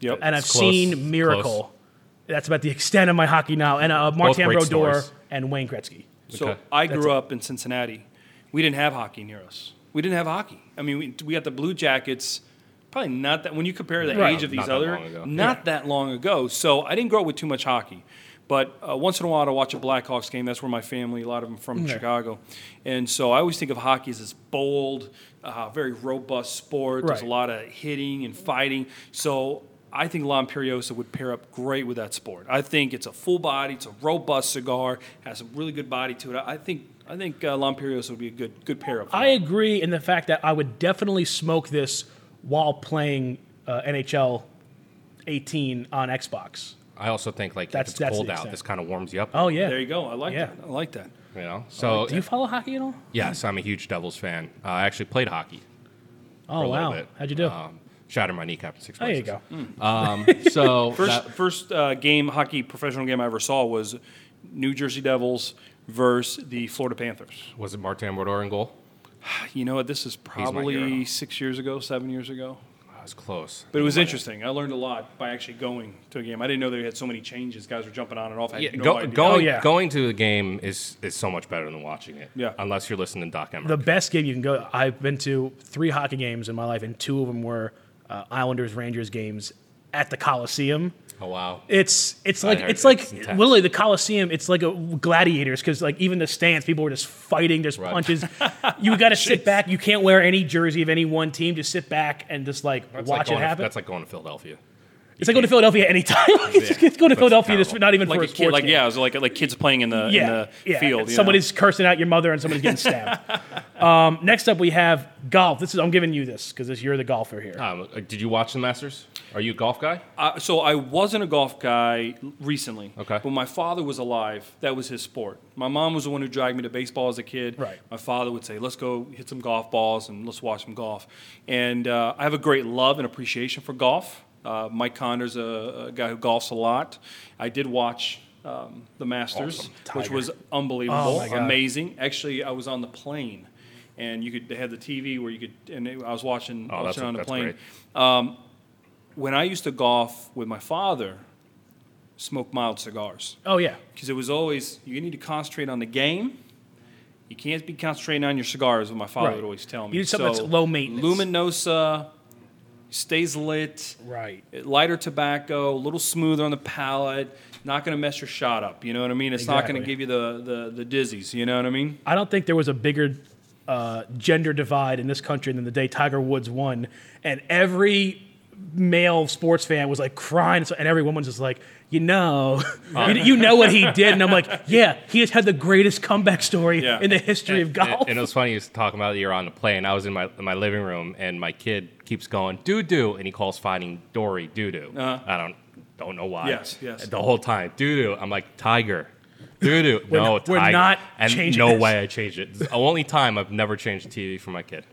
D: Yep.
B: and I've
C: It's close. It's
B: seen Miracle.
C: close.
B: That's about the extent of my hockey now, and uh, Martin
C: great
B: Brodeur
C: stories.
B: and Wayne Gretzky.
D: So
C: Okay.
D: I grew up in Cincinnati. We didn't have hockey near us. We didn't have hockey. I mean, we, we got the Blue Jackets. Probably not that when you compare the
B: Right.
D: age of these
C: Not that
D: other,
C: long ago.
D: not that long ago. So I didn't grow up with too much hockey, but uh, once in a while to watch a Blackhawks game. That's where my family, a lot of them from Chicago, and so I always think of hockey as this bold, uh, very robust sport. There's a
B: Right.
D: lot of hitting and fighting. So I think La Imperiosa would pair up great with that sport. I think it's a full body, it's a robust cigar, has some really good body to it. I I think I think uh, La Imperiosa would be a good good pair up. for
B: I
D: that.
B: agree in the fact that I would definitely smoke this while playing uh, NHL 18 on Xbox.
C: I also think like
B: That's-
C: if it's
B: that's
C: cold
B: the
C: out,
B: extent.
C: this kind of warms you up.
B: Oh yeah,
D: there you go. I like
B: Yeah.
D: that. I like that.
C: You know, so
B: Do you follow hockey at all?
C: yes, I'm a huge Devils fan. Uh, I actually played hockey.
B: Oh
C: for a little
B: wow,
C: bit.
B: how'd you do?
C: Um, shattered my kneecap in six
B: Oh, there you
C: places.
B: go.
C: go. So
D: First
C: that-
D: first uh, game hockey professional game I ever saw was New Jersey Devils versus the Florida Panthers.
C: was it Martin Brodeur in goal?
D: You know what? This is
C: my hero.
D: probably six years ago, seven years ago.
C: I was close.
D: But it was interesting. I learned a lot by actually going to a game. I didn't know they had so many changes. Guys were jumping on and off. I had
C: Yeah,
D: no
C: go,
D: idea.
C: going
B: Oh, yeah.
C: going to the game is is so much better than watching it.
D: Yeah.
C: Unless you're listening to Doc Emmer.
B: the best game you can go. I've been to three hockey games in my life, and two of them were uh, Islanders Rangers games at the Coliseum.
C: oh wow.
B: It's it's like
C: heard
B: it's
C: that.
B: like
C: It's intense.
B: literally the Coliseum. It's like a gladiators because like even the stands, people were just fighting. There's
C: Right.
B: punches. you got to sit back. You can't wear any jersey of any one team. Just sit back and just like
C: That's like
B: watch
C: going
B: it
C: to-
B: happen.
C: that's like going to Philadelphia.
B: it's like going to Philadelphia anytime. it's going to
C: That's
B: Philadelphia just
C: terrible.
B: not even
D: like
B: for
D: a
B: a
D: kid,
B: sports
D: like
B: game.
D: yeah, it was like like kids playing in the in the field. you know?
B: Somebody's cursing out your mother and somebody's getting stabbed. um, next up, we have golf. This is I'm giving you this because you're the golfer here.
C: Um, uh, did you watch the Masters? Are you a golf guy?
D: I, so I wasn't a golf guy recently.
C: Okay.
D: When my father was alive, that was his sport. My mom was the one who dragged me to baseball as a kid.
B: Right.
D: My father would say, "Let's go hit some golf balls and let's watch some golf." And uh, I have a great love and appreciation for golf. Uh, Mike Connor's a, a guy who golfs a lot. I did watch. Um, the Masters, which
B: Tiger.
D: was unbelievable,
B: Oh my God.
D: amazing. Actually, I was on the plane, and you could they had the TV where you could, and it, I was watching,
C: Oh,
D: watching
C: that's-
D: on the
C: that's
D: plane Um,
C: great.
D: when I used to golf with my father, smoke mild cigars
B: oh yeah,
D: because it was always you need to concentrate on the game. You can't be concentrating on your cigars, what my father
B: Right.
D: would always tell me.
B: You need something that's low maintenance.
D: Luminosa stays lit,
B: right.
D: lighter tobacco, a little smoother on the palate. Not going to mess your shot up. You know what I mean? It's not going
B: Exactly.
D: to give you the, the the dizzies. You know what I mean?
B: I don't think there was a bigger uh, gender divide in this country than the day Tiger Woods won, and every male sports fan was like crying, so- and every woman's just like, you know, you, you know what he did, and I'm like, yeah, he has had the greatest comeback story
D: Yeah.
B: in the history of golf.
C: And, and it was funny. He was talking about you're on the plane. I was in my in my living room, and my kid keeps going doo doo, and he calls finding Dory doo doo.
D: Uh-huh.
C: I don't don't know why.
D: Yes, yes.
C: The whole time doo doo. I'm like Tiger. Doo doo. no,
B: we're
C: Tiger.
B: not
C: And
B: changing
C: no
B: this.
C: way I changed it. It's the only time I've never changed the TV for my kid.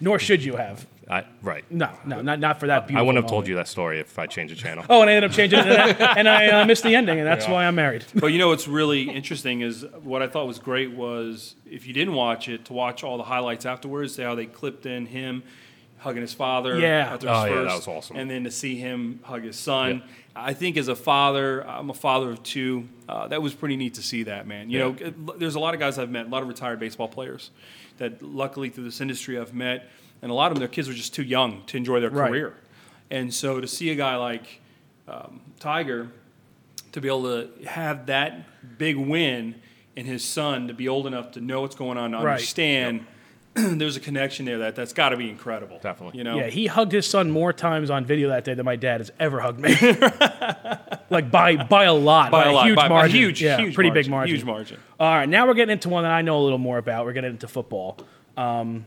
B: Nor should you have.
C: I, right.
B: No, no, not not for that.
C: I
B: Beautiful
C: wouldn't have
B: moment.
C: told you that story if I changed the channel.
B: Oh, and I ended up changing it, and I, and I uh, missed the ending, and that's why I'm married.
D: but you know what's really interesting is what I thought was great was if you didn't watch it to watch all the highlights afterwards, see how they clipped in him hugging his father
B: Yeah.
D: after his
C: Oh, yeah, that
D: first,
C: was awesome.
D: and then to see him hug his son. I think as a father, I'm a father of two. Uh, that was pretty neat to see that man. You know, there's a lot of guys I've met, a lot of retired baseball players that luckily through this industry I've met, and a lot of them their kids were just too young to enjoy their
B: Right.
D: career, and so to see a guy like um, Tiger to be able to have that big win and his son to be old enough to know what's going on to
B: Right.
D: understand there's a connection there that that's got to be incredible.
C: Definitely.
D: You know.
B: Yeah, he hugged his son more times on video that day than my dad has ever hugged me. like by by a lot, by,
D: By a lot,
B: huge
D: by- by
B: margin,
D: huge,
B: yeah,
D: huge
B: pretty big
D: margin,
B: margin,
D: huge margin.
B: All right, now we're getting into one that I know a little more about. We're getting into football. Um,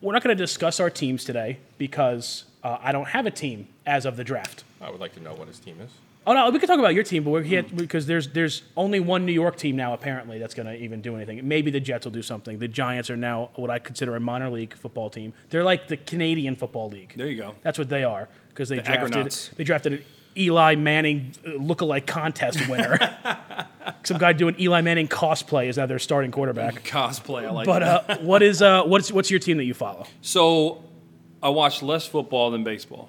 B: we're not going to discuss our teams today because uh, I don't have a team as of the draft.
C: I would like to know what his team is.
B: Oh no, we can talk about your team, but we're here because there's there's only one New York team now apparently that's going to even do anything. Maybe the Jets will do something. The Giants are now what I consider a minor league football team. They're like the Canadian football league.
D: There you go.
B: That's what they are because they drafted
D: Agronauts.
B: they drafted an Eli Manning uh, lookalike contest winner. Some guy doing Eli Manning cosplay is now their starting quarterback.
D: Cosplay. I like.
B: But
D: that.
B: uh, what is uh, what's what's your team that you follow?
D: So I watch less football than baseball.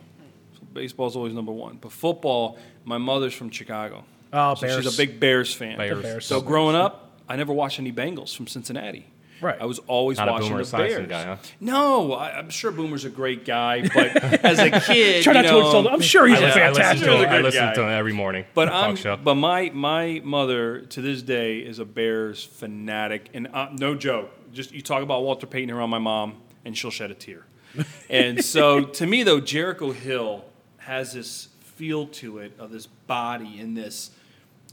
D: So baseball's always number one. But football, my mother's from Chicago.
B: Oh,
D: so
B: Bears.
D: She's a big Bears fan.
C: Bears.
B: Bears.
D: So growing up, I never watched any Bengals from Cincinnati.
B: Right.
D: I was always
C: Not a
D: watching
C: Boomer
D: the
C: Esiason
D: Bears.
C: guy, huh?
D: No, I, I'm sure Boomer's a great guy, but as a kid,
B: Try not
D: you
B: to
D: know,
B: insult. him. I'm sure he's a
C: I listen
B: fantastic.
C: to
D: He's
C: him,
D: a
C: I
D: good
C: listen
D: guy.
C: to him every morning.
D: But
C: talk
D: I'm,
C: show.
D: but my my mother to this day is a Bears fanatic, and uh, no joke. Just you talk about Walter Payton around my mom, and she'll shed a tear. and so to me though, Jericho Hill has this feel to it of this body and this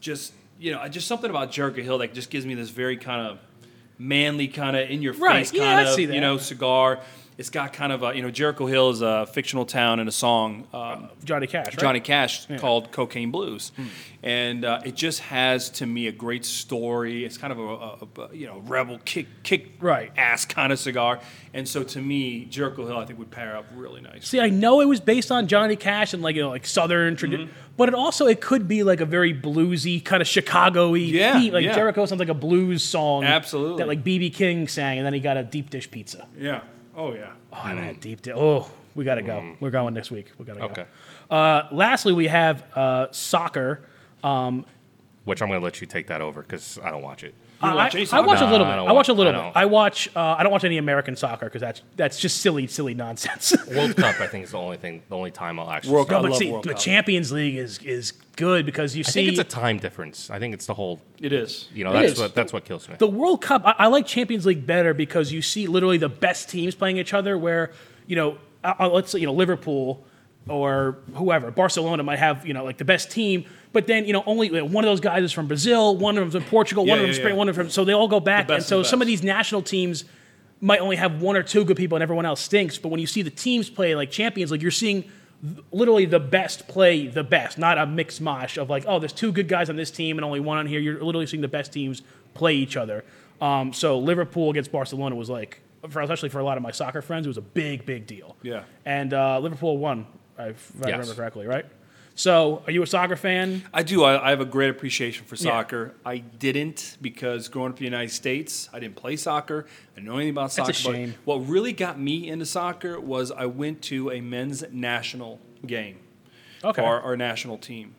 D: just you know just something about Jericho Hill that just gives me this very kind of manly kind of in your face
B: Right, yeah,
D: kind
B: I
D: of
B: see that.
D: you know cigar. It's got kind of a you know Jericho Hill is a fictional town and a song. Um,
B: Johnny Cash. Right? Hmm.
D: Johnny Cash called Cocaine Blues, and uh, it just has to me a great story. It's kind of a, a- a- you know rebel kick kick
B: Right.
D: ass kind of cigar, and so to me, Jericho Hill I think would pair up really nice.
B: See, I know it was based on Johnny Cash and like you know, like Southern tradition,
C: Mm-hmm.
B: but it also it could be like a very bluesy kind of Chicago-y.
D: Yeah,
B: beat. like
D: yeah.
B: Jericho sounds like a blues song.
D: Absolutely.
B: that like BB King sang, and then he got a deep dish pizza.
D: yeah. Oh yeah.
B: Oh, and that deep dish. Oh, we gotta go. We're going next week. We gotta
C: Mm. Okay.
B: go. Uh, lastly, we have uh, soccer.
C: Which I'm going to let you take that over because I don't watch it.
B: I,
D: watch any
B: I
D: soccer?
B: watch a
C: No,
B: little
C: I
B: bit.
C: don't
B: I watch
C: watch-
B: a little
C: I
B: bit.
C: don't.
B: I watch. Uh, I don't watch any American soccer because that's that's just silly, silly nonsense.
C: World Cup, I think, is the only thing, the only time I'll actually.
D: World
B: No,
D: Cup.
C: start.
B: but
D: love
B: see,
D: World
B: the
D: Cup.
B: Champions League is is good because you
C: I
B: see
C: think it's a time difference. I think it's the whole.
D: It is.
C: You know,
B: It
C: that's
B: is.
C: what that's what kills me.
B: The World Cup, I, I like Champions League better because you see literally the best teams playing each other. Where you know, I, I- let's say you know Liverpool or whoever, Barcelona might have you know like the best team, but then you know only you know, one of those guys is from Brazil, one of them's from Portugal, one
D: Yeah,
B: of them's
D: yeah,
B: Spain,
D: yeah.
B: one of them. So they all go back,
D: best
B: and so
D: of the
B: some of
D: best.
B: these national teams might only have one or two good people, and everyone else stinks. But when you see the teams play like Champions League, you're seeing. th- Literally the best play the best, not a mixed mosh of like, oh, there's two good guys on this team and only one on here. You're literally seeing the best teams play each other. Um, so Liverpool against Barcelona was like, for, especially for a lot of my soccer friends, it was a big, big deal.
D: Yeah.
B: And uh, Liverpool won, if I
C: Yes.
B: remember correctly, right? So, are you a soccer fan?
D: I do. I, I have a great appreciation for soccer. I didn't because growing up in the United States, I didn't play soccer. I didn't know anything about soccer.
B: That's a
D: but
B: shame.
D: What really got me into soccer was I went to a men's national game.
B: Okay.
D: for our, our national team.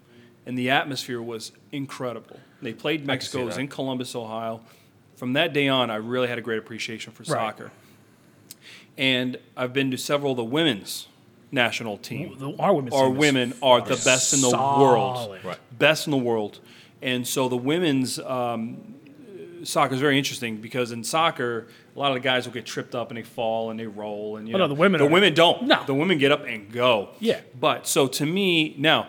D: And the atmosphere was incredible. They played Mexico, it was
C: that.
D: in Columbus, Ohio. From that day on, I really had a great appreciation for soccer. And I've been to several of the women's national team.
B: The- our women's
D: Our
B: team is
D: women are the best in the world.
B: solid. Right.
D: Best in the world. And so the women's um, soccer is very interesting because in soccer, a lot of the guys will get tripped up and they fall and they roll and you
B: Oh, no,
D: know
B: the women
D: the
B: are-
D: women don't
B: No.
D: the women get up and go
B: Yeah.
D: but so to me now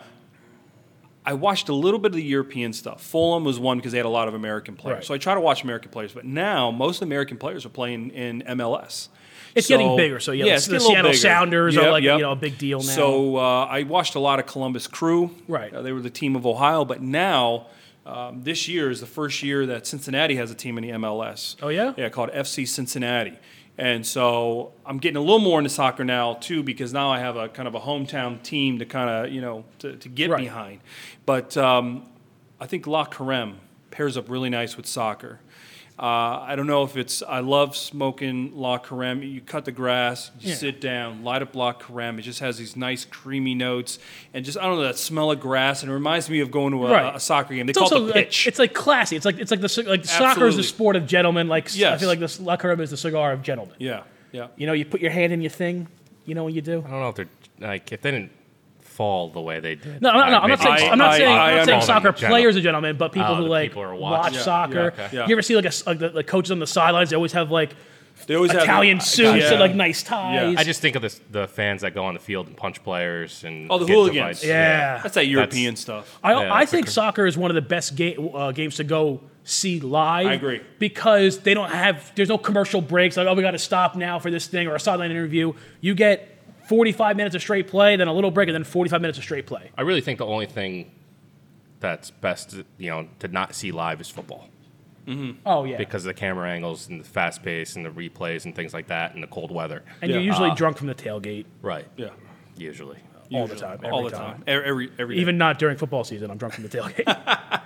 D: I watched a little bit of the European stuff. Fulham was one because they had a lot of American players,
B: Right.
D: so I try to watch American players. But now most American players are playing in MLS.
B: It's getting bigger, so yeah,
D: it's
B: the
D: getting a little
B: Seattle Sounders are, like, you know, a big deal now.
D: So uh, I watched a lot of Columbus Crew.
B: Right.
D: Uh, they were the team of Ohio, but now um, this year is the first year that Cincinnati has a team in the MLS.
B: Oh, yeah?
D: Yeah, called FC Cincinnati. And so I'm getting a little more into soccer now too because now I have a kind of a hometown team to kind of you know to, to get
B: Right.
D: behind. But um, I think La Carême pairs up really nice with soccer. Uh, I don't know if it's I love smoking La Carême. You cut the grass, you
B: Yeah.
D: sit down, light up La Carême. It just has these nice creamy notes and just I don't know that smell of grass and it reminds me of going to a,
B: Right.
D: a soccer game. They
B: It's
D: call
B: also
D: it the
B: like-
D: pitch.
B: it's like classy. It's like it's like the ci- like soccer is the
D: Absolutely.
B: sport of gentlemen. Like c- I
D: Yes.
B: feel like this La Carib is the cigar of gentlemen.
D: yeah, yeah.
B: You know, you put your hand in your thing. You know what you do.
C: I don't know if they're like if they didn't fall the way they did.
B: No, no, no. I'm not saying,
D: I-
B: I, am not
D: I-
B: saying,
D: I
B: I'm not saying
D: understand.
B: soccer
C: General.
B: players are gentlemen, but people
C: Oh,
B: who
C: the
B: like
C: people who are
B: watch
C: watching.
D: Yeah,
B: soccer.
D: yeah, okay.
B: You ever see like a s- like the, the coaches on the sidelines? They always have like
E: They always have-
B: Italian suits
D: gotcha.
B: and like nice ties.
C: I just think of this, the fans that go on the field and punch players and
D: Oh, the
C: get
D: hooligans.
C: divided.
B: yeah.
D: That's that European stuff.
B: I,
C: Yeah,
B: I
C: that's a
B: think
C: cr-
B: soccer is one of the best game, uh, games to go see live.
D: I agree.
B: Because they don't have, there's no commercial breaks. Like, oh, we got to stop now for this thing or a sideline interview. You get 45 minutes of straight play, then a little break, and then 45 minutes of straight play.
C: I really think the only thing that's best, you know, to not see live is football
B: Oh, yeah.
C: because of the camera angles and the fast pace and the replays and things like that and the cold weather.
B: and you're usually
D: Ah.
B: drunk from the tailgate
C: Right.
D: Yeah.
C: Usually.
B: all the time. Every
D: All the time. Every every, every day.
B: Even not during football season, I'm drunk from the tailgate.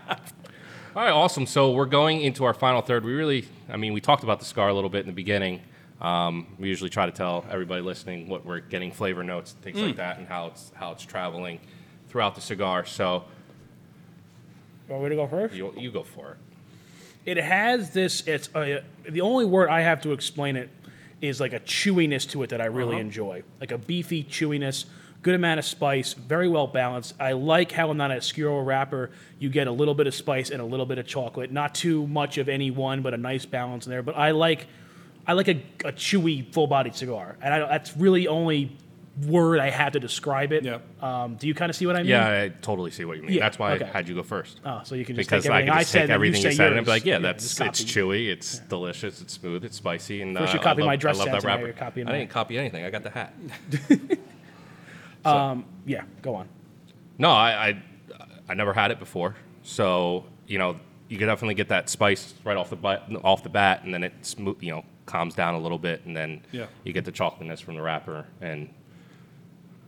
C: All right, awesome. So we're going into our final third. We really, I mean, we talked about the scar a little bit in the beginning. Um, we usually try to tell everybody listening what we're getting flavor notes and things
B: Mm.
C: like that and how it's how it's traveling throughout the cigar. So
B: Want me to go first?
C: you, you go for it.
B: It has this. It's uh, the only word I have to explain it is like a chewiness to it that I really
C: Uh-huh.
B: enjoy, like a beefy chewiness. Good amount of spice, very well balanced. I like how I'm not an Escuro wrapper. You get a little bit of spice and a little bit of chocolate. Not too much of any one, but a nice balance in there. But I like, I like a, a chewy, full-bodied cigar, and I, don't- that's really only word I have to describe it.
D: Yeah.
B: Um, do you kind of see what I mean?
C: Yeah, I totally see what you mean.
B: Mm. Yeah,
C: That's why
B: okay.
C: I had you go first.
B: Oh, so you can just
C: because
B: take
C: I
B: everything
C: can
B: I,
C: just
B: said
C: take
B: and
C: everything
B: you,
C: you,
B: say
C: said
B: yours.
C: and I'd be like, yeah, that's
B: just
C: it's
B: copy.
C: chewy, it's delicious, it's smooth, it's spicy, and
B: First
C: uh,
B: you copied
C: I love,
B: my dress
C: I love
B: sense,
C: that
B: and now
C: wrapper.
B: you're copying
C: I
B: mine.
C: didn't copy anything. I got the hat.
B: Yeah, go on.
C: No, I, I I never had it before, so you know you could definitely get that spice right off the bat, off the bat, and then it smo- you know calms down a little bit, and then
D: Yeah.
C: you get the chocolateness from the wrapper, and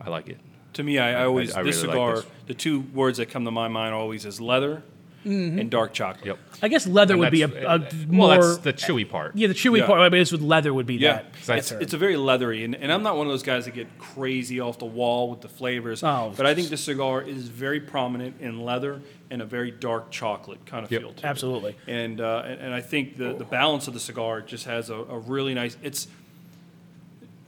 C: I like it.
D: to me, I, I always
C: I
D: this
C: really
D: cigar.
C: like this.
D: The two words that come to my mind always is leather
B: Mm-hmm.
D: and dark chocolate.
C: Yep.
B: I guess leather
C: And
B: would be a,
C: that's-
B: a
C: uh,
B: more.
C: well, that's the chewy part.
B: yeah, the chewy
D: Yeah.
B: part. I mean, it's with leather would be
D: Yeah,
B: that.
D: it's,
B: term.
D: it's a very leathery, and, and I'm not one of those guys that get crazy off the wall with the flavors.
B: Oh.
D: but I think this cigar is very prominent in leather and a very dark chocolate kind of
C: Yep.
D: feel. To it.
B: Absolutely.
D: and uh, and, and I think the, the balance of the cigar just has a, a really nice. It's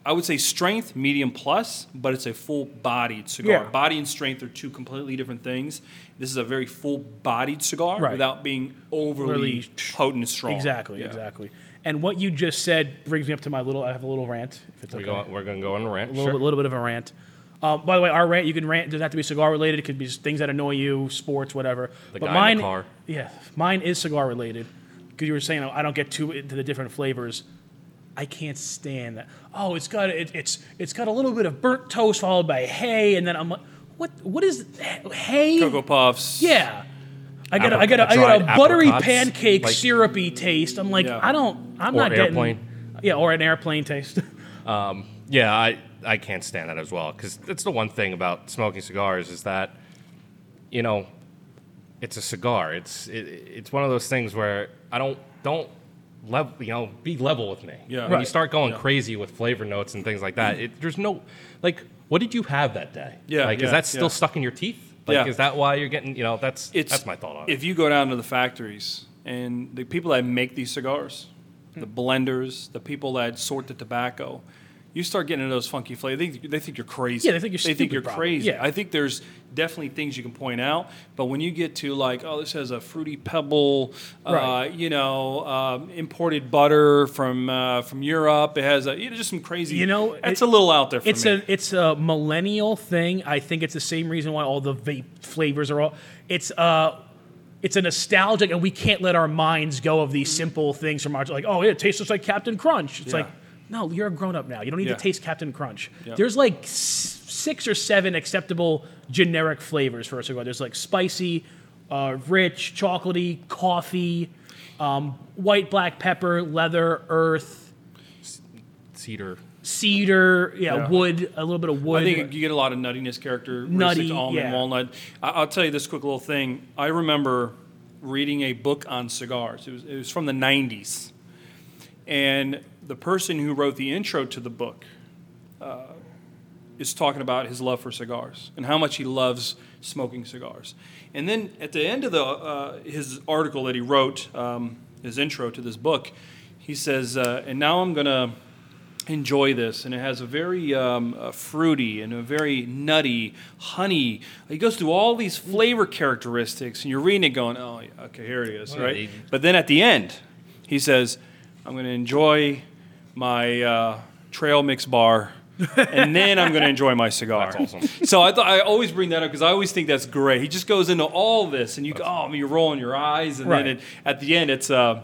D: I would say strength medium plus, but it's a full bodied cigar.
B: Yeah.
D: Body and strength are two completely different things. This is a very full bodied cigar
B: Right.
D: without being overly
B: Really-
D: potent and
C: Oh,
D: strong.
B: Exactly,
D: Yeah.
B: exactly. And what you just said brings me up to my little. I have a little rant. If it's
C: We're
B: okay.
C: going, we're going to go on a rant.
B: a little, bit, little bit of a rant. Um, by the way, our rant you can rant. It doesn't have to be cigar related. It could be just things that annoy you, sports, whatever.
C: The
B: but
C: guy in the
B: mine,
C: car.
B: yeah, mine is cigar related. Because you were saying I don't get too into the different flavors. I can't stand that. Oh, it's got it, it's it's got a little bit of burnt toast followed by hay, and then I'm like, what what is hay?
D: Cocoa puffs.
B: Yeah. I got a, I got
C: Apricot-
B: a, I got
C: dried
B: a buttery
C: apricots,
B: pancake
C: like-
B: syrupy taste. I'm like,
D: Yeah.
B: I don't I'm
C: Or
B: not getting
C: airplane.
B: Yeah, or an airplane taste.
C: Yeah, I, I can't stand that as well because that's the one thing about smoking cigars is that, you know, it's a cigar. It's it, it's one of those things where I don't don't level you know be level with me.
D: Yeah.
C: When you
D: Right.
C: start going crazy with flavor notes and things like that, it, there's no like what did you have that day?
D: Yeah,
C: Like
D: yeah,
C: is that still
D: yeah.
C: stuck in your teeth? Like
D: Yeah.
C: is that why you're getting you know that's
D: it's
C: that's my thought on it.
D: If you go down to the factories and the people that make these cigars, the
B: Hmm.
D: blenders, the people that sort the tobacco, you start getting into those funky flavors. They, think- they think you're crazy.
B: Yeah, they think you're
D: They think
B: stupid
D: you're
B: probably.
D: crazy.
B: Yeah.
D: I think there's definitely things you can point out, but when you get to like, oh, this has a fruity pebble,
B: Right.
D: uh, you know, um, imported butter from uh, from Europe. It has a, you know, just some crazy.
B: You know,
D: that's
B: it-
D: a little out there. For
B: it's
D: me.
B: a it's a millennial thing. I think it's the same reason why all the vape flavors are all it's uh it's a nostalgic and we can't let our minds go of these simple things from our like, oh it tastes just like Captain Crunch. It's
D: Yeah.
B: like no, you're a grown up now. You don't need
D: Yeah.
B: to taste Captain Crunch.
D: Yeah.
B: There's like s- six or seven acceptable generic flavors for a cigar. There's like spicy, uh, rich, chocolatey, coffee, um, white black pepper, leather, earth,
C: Cedar.
B: cedar, yeah,
D: Yeah.
B: wood, a little bit of wood.
D: I think you get a lot of nuttiness character.
B: Nutty,
D: Nutty, almond,
B: yeah.
D: walnut. I, I'll tell you this quick little thing. I remember reading a book on cigars. It was, it was from the 90s. And the person who wrote the intro to the book is talking about his love for cigars and how much he loves smoking cigars. And then at the end of the, uh, his article that he wrote, um, his intro to this book, he says, uh, and now I'm going to enjoy this. And it has a very um, uh, fruity and a very nutty honey. He goes through all these flavor characteristics, and you're reading it going, oh, yeah, okay, here it is, right?
C: they-
D: But then at the end, he says, I'm going to enjoy my uh, trail mix bar, and then I'm going to enjoy my cigar. That's awesome. So I, th- I always bring that up because I always think that's great. He just goes into all this, and you go, oh, I mean, you're rolling your eyes, and
B: Right.
D: then it, at the end, it's. Uh,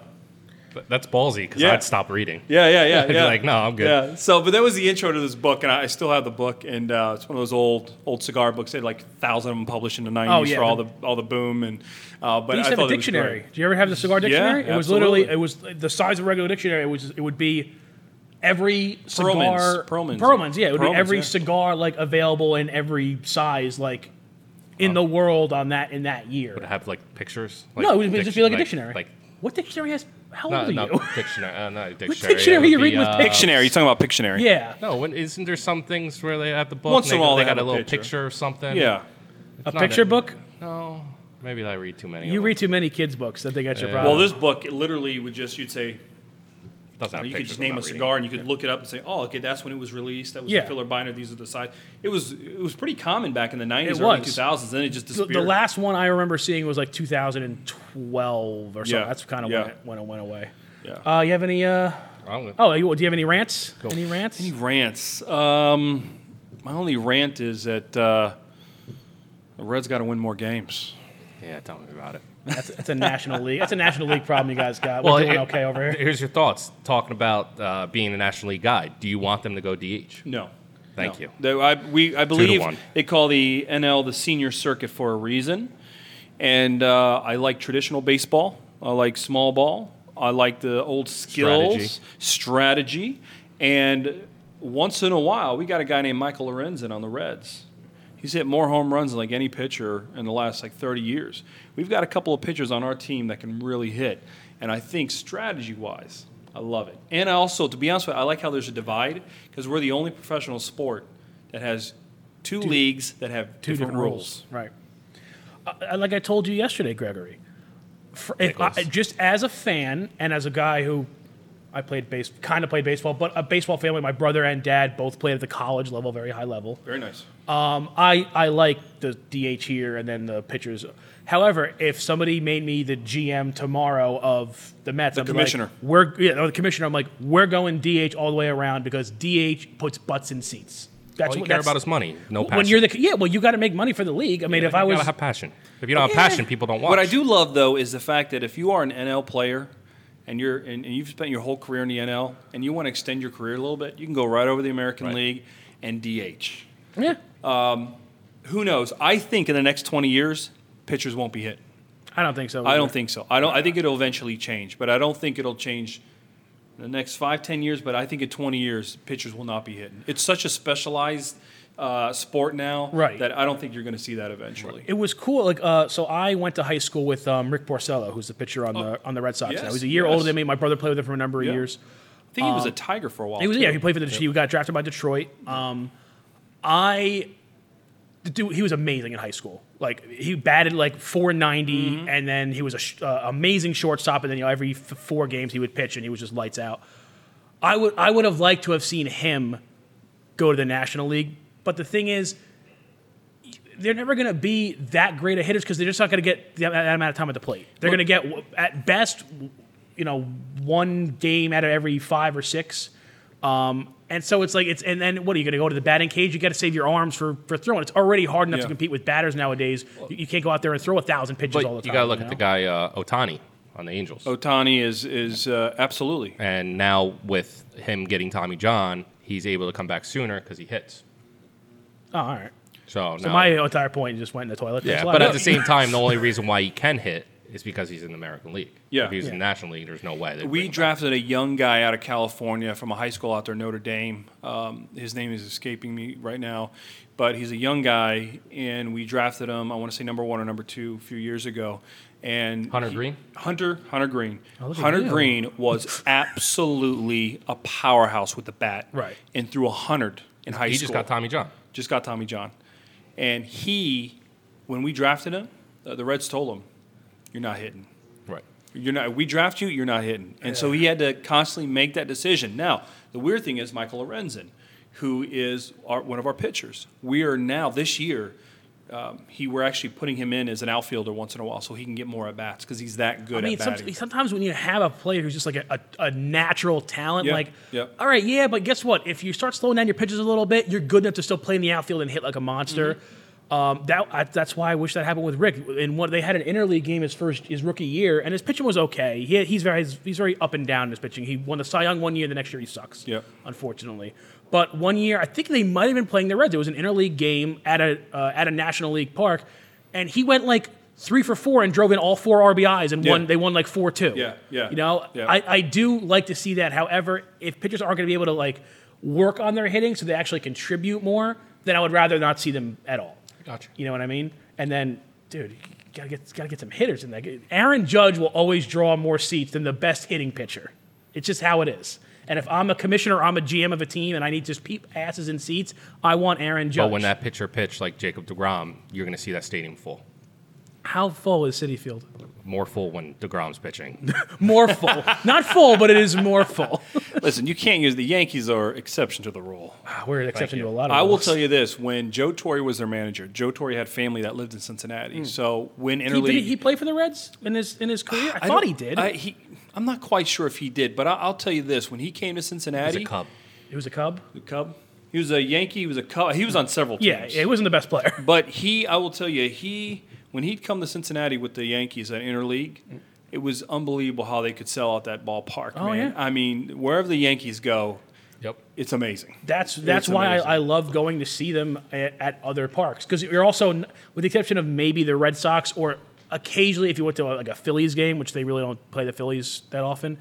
C: But that's ballsy because
D: Yeah.
C: I'd stop reading.
D: yeah, yeah, yeah.
C: I'd be
D: yeah.
C: like, no, I'm good.
D: Yeah. So, but that was the intro to this book, and I, I still have the book, and uh, it's one of those old old cigar books. They had like a thousand of them published in the nineties
B: Oh, yeah,
D: for all
B: the-
D: the all the boom, and uh, but
B: He used to have a
D: I thought it was great.
B: dictionary. Do you ever have the cigar dictionary? it was
D: absolutely.
B: literally it was the size of a regular dictionary. It was it would be every cigar
D: Perlman's.
B: yeah, it would
D: Perlman's,
B: be every
D: yeah.
B: cigar like available in every size like in the world on that in that year.
C: Would have like pictures.
B: no, it would be- just be
C: diction-
B: like a dictionary.
C: Like,
B: what dictionary has? How
C: no,
B: old are
C: no,
B: you?
C: dictionary. Uh, not a dictionary.
B: dictionary
C: It would
B: are you
C: be,
B: reading with
C: uh,
B: pictures?
D: Dictionary. You're talking about Pictionary.
B: yeah,
C: No, when, isn't there some things where they have the book?
D: Once
C: and
D: in
C: they,
D: a while
C: they
D: they
C: got
D: have
C: a
D: a
C: little
D: picture.
C: picture. or something.
D: Yeah.
B: a
C: not
B: picture
C: it.
B: book.
C: No, maybe I read too many.
B: You
C: of
B: read too many kids books. I think that's your
C: Yeah.
B: problem.
D: Well, this book it literally would just you'd say
C: them. Doesn't have
D: you could
C: pictures,
D: just
C: I'm
D: name a
C: not reading.
D: cigar and you could look it up and say, oh, okay, that's when it was released. That was
B: Yeah.
D: the filler binder. These are the size. It was it was pretty common back in the
B: It
D: nineties, early
B: was.
D: two thousands. Then it just
B: the,
D: disappeared.
B: the last one I remember seeing was like 2012 or something.
D: Yeah.
B: That's kind of
D: Yeah.
B: when, it, when it went away.
D: Yeah.
B: Uh, you have any? Uh,
C: I'm gonna-
B: oh, you, do you have any rants? Any rants?
D: rants. Um, my only rant is that uh, the Reds got to win more games.
C: Yeah, tell me about it.
B: That's, that's a national league. That's a national league problem you guys got. We're doing
C: it-
B: okay over here.
C: Here's your thoughts talking about uh, being a National League guy. Do you want them to go DH?
D: No.
C: Thank you.
D: They- I, we, I believe
C: one.
D: they call the NL the senior circuit for a reason. And uh, I like traditional baseball. I like small ball. I like the old skills, strategy. And once in a while, we got a guy named Michael Lorenzen on the Reds. He's hit more home runs than like any pitcher in the last like 30 years. We've got a couple of pitchers on our team that can really hit, and I think strategy-wise, I love it. And I also, to be honest with you, I like how there's a divide because we're the only professional sport that has two, leagues that have
B: Two
D: different, rules.
B: right? Uh, like I told you yesterday, Gregory. For, if I,
C: Nichols.
B: just as a fan and as a guy who I played base, kind of played baseball, but a baseball family. My brother and dad both played at the college level, very high level.
D: Very nice.
B: Um, I, I like the DH here and then the pitchers. However, if somebody made me the GM tomorrow of the Mets, the
D: commissioner.
B: we're yeah, or the commissioner. I'm like, we're going DH all the way around because DH puts butts in seats. That's
C: All you
B: what
C: care
B: that's-
C: about is money. No passion.
B: When you're the yeah, well, you got to make money for the league. I mean, if I
C: you
B: was
C: gotta have passion. If you don't
D: Yeah.
C: have passion, people don't watch.
D: What I do love though is the fact that if you are an NL player and you're and, and you've spent your whole career in the NL and you want to extend your career a little bit, you can go right over the American League and DH.
B: yeah,
D: Who knows? I think in the next 20 years, pitchers won't be hit.
B: I don't think so.
D: I don't
B: either.
D: think so. I don't. I think it'll eventually change, but I don't think it'll change in the next five, ten years. But I think in 20 years, pitchers will not be hitting. It's such a specialized uh, sport now
B: Right.
D: that I don't think you're going to see that eventually.
B: It was cool. Like, uh, so I went to high school with um, Rick Porcello, who's the pitcher on the
C: Oh,
B: on the Red Sox. now.
D: yes,
B: He's a year
D: yes.
B: older than me. My brother played with him for a number of
D: Yeah.
B: years.
D: I think he
C: Uh,
D: was a Tiger for a while.
B: He was
D: too.
B: yeah. He played for the. He got drafted by Detroit. Um, I, the dude, he was amazing in high school. Like he batted like 490, and then he was a sh- uh, amazing shortstop. And then you know every f- four games he would pitch, and he was just lights out. I would I would have liked to have seen him go to the National League. But the thing is, they're never going to be that great of hitters because they're just not going to get that, that amount of time at the plate. They're going to get w- at best, you know, one game out of every five or six. Um, and so it's like it's and then what are you going to go to the batting cage? You got to save your arms for for throwing. It's already hard enough to
D: Yeah.
B: compete with batters nowadays. You, you can't go out there and throw a thousand pitches
C: but
B: all the time.
C: you gotta look at
B: know?
C: the guy uh, Otani on the
D: Oh,
C: Angels,
D: Otani is is uh, absolutely.
C: and now with him getting Tommy John, he's able to come back sooner because he hits.
B: Oh, all right.
C: So,
B: So
C: now,
B: my entire point just went in the toilet. Thanks
C: yeah,
B: a lot.
C: but
B: No,
C: at the same time, the only reason why he can hit is because he's in the American League.
D: Yeah.
C: if he's in
B: Yeah.
C: the National League, there's no way. they'd bring
D: We
C: him back.
D: drafted a young guy out of California from a high school out there, Notre Dame. Um, his name is escaping me right now, but he's a young guy, and we drafted him. I want to say number one or number two a few years ago. And
C: Hunter Green? Oh,
D: Hunter Hunter Green.
B: look at
D: Hunter
B: you.
D: Green was absolutely a powerhouse with the bat.
B: Right.
D: And threw a hundred in high
C: He
D: school
C: just got Tommy John.
D: just got Tommy John. And he, when we drafted him, uh, the, the Reds told him, "You're not hitting.
C: Right.
D: You're not. We draft you. You're not hitting." And so he had to constantly make that decision. Now, the weird thing is Michael Lorenzen, who is our, one of our pitchers. We are now this year um, he we're actually putting him in as an outfielder once in a while so he can get more at bats because he's that good
B: I mean,
D: at batting.
B: some, sometimes when you have a player who's just like a, a, a natural talent,
D: Yeah,
B: like,
D: yeah.
B: all right, yeah, but guess what? If you start slowing down your pitches a little bit, you're good enough to still play in the outfield and hit like a monster. Um, that I, that's why I wish that happened with Rick. In what they had an interleague game his first his rookie year, and his pitching was okay. He, he's very he's very up and down in his pitching. He won the Cy Young one year, the next year he sucks.
D: Yeah.
B: unfortunately. But one year, I think they might have been playing the Reds. It was an interleague game at a uh, at a National League park, and he went like three for four and drove in all four RBIs and
D: Yeah.
B: won. They won like four two.
D: Yeah, yeah,
B: You know,
D: yeah.
B: I, I do like to see that. However, if pitchers aren't going to be able to like work on their hitting so they actually contribute more, then I would rather not see them at all.
C: Gotcha.
B: You know what I mean? And then, dude, you gotta get gotta get some hitters in there. Aaron Judge will always draw more seats than the best hitting pitcher. It's just how it is. And if I'm a commissioner, I'm a GM of a team, and I need just peep asses in seats, I want Aaron Judge.
C: But when that pitcher pitched like Jacob DeGrom, you're going to see that stadium full.
B: how full is City Field?
C: More full when DeGrom's pitching.
B: More full, not full, but it is more full.
D: Listen, you can't use the Yankees are exception to the rule.
B: Ah, We're an exception to a lot of.
D: I will
B: rules.
D: tell you this: when Joe Torre was their manager, Joe Torre had family that lived in Cincinnati. So when
B: Hmm. He,
D: interleague,
B: did he play for the Reds in his in his career? I,
D: I
B: thought
D: don't-
B: he did.
D: I, he, I'm not quite sure if he did, but I, I'll tell you this: when he came to Cincinnati,
C: He's a Cub.
B: he was a Cub.
D: the Cub, he was a Yankee. He was a Cub. He was on several teams.
B: Yeah, yeah, he wasn't the best player.
D: But he, I will tell you, he when he'd come to Cincinnati with the Yankees at interleague, it was unbelievable how they could sell out that ballpark.
B: Oh, yeah.
D: man. I mean, wherever the Yankees go,
C: Yep.
D: it's amazing.
B: That's that's
D: It's
B: why
D: amazing.
B: I, I love going to see them at, at other parks because you're also, n- with the exception of maybe the Red Sox or occasionally if you went to like a Phillies game, which they really don't play the Phillies that often.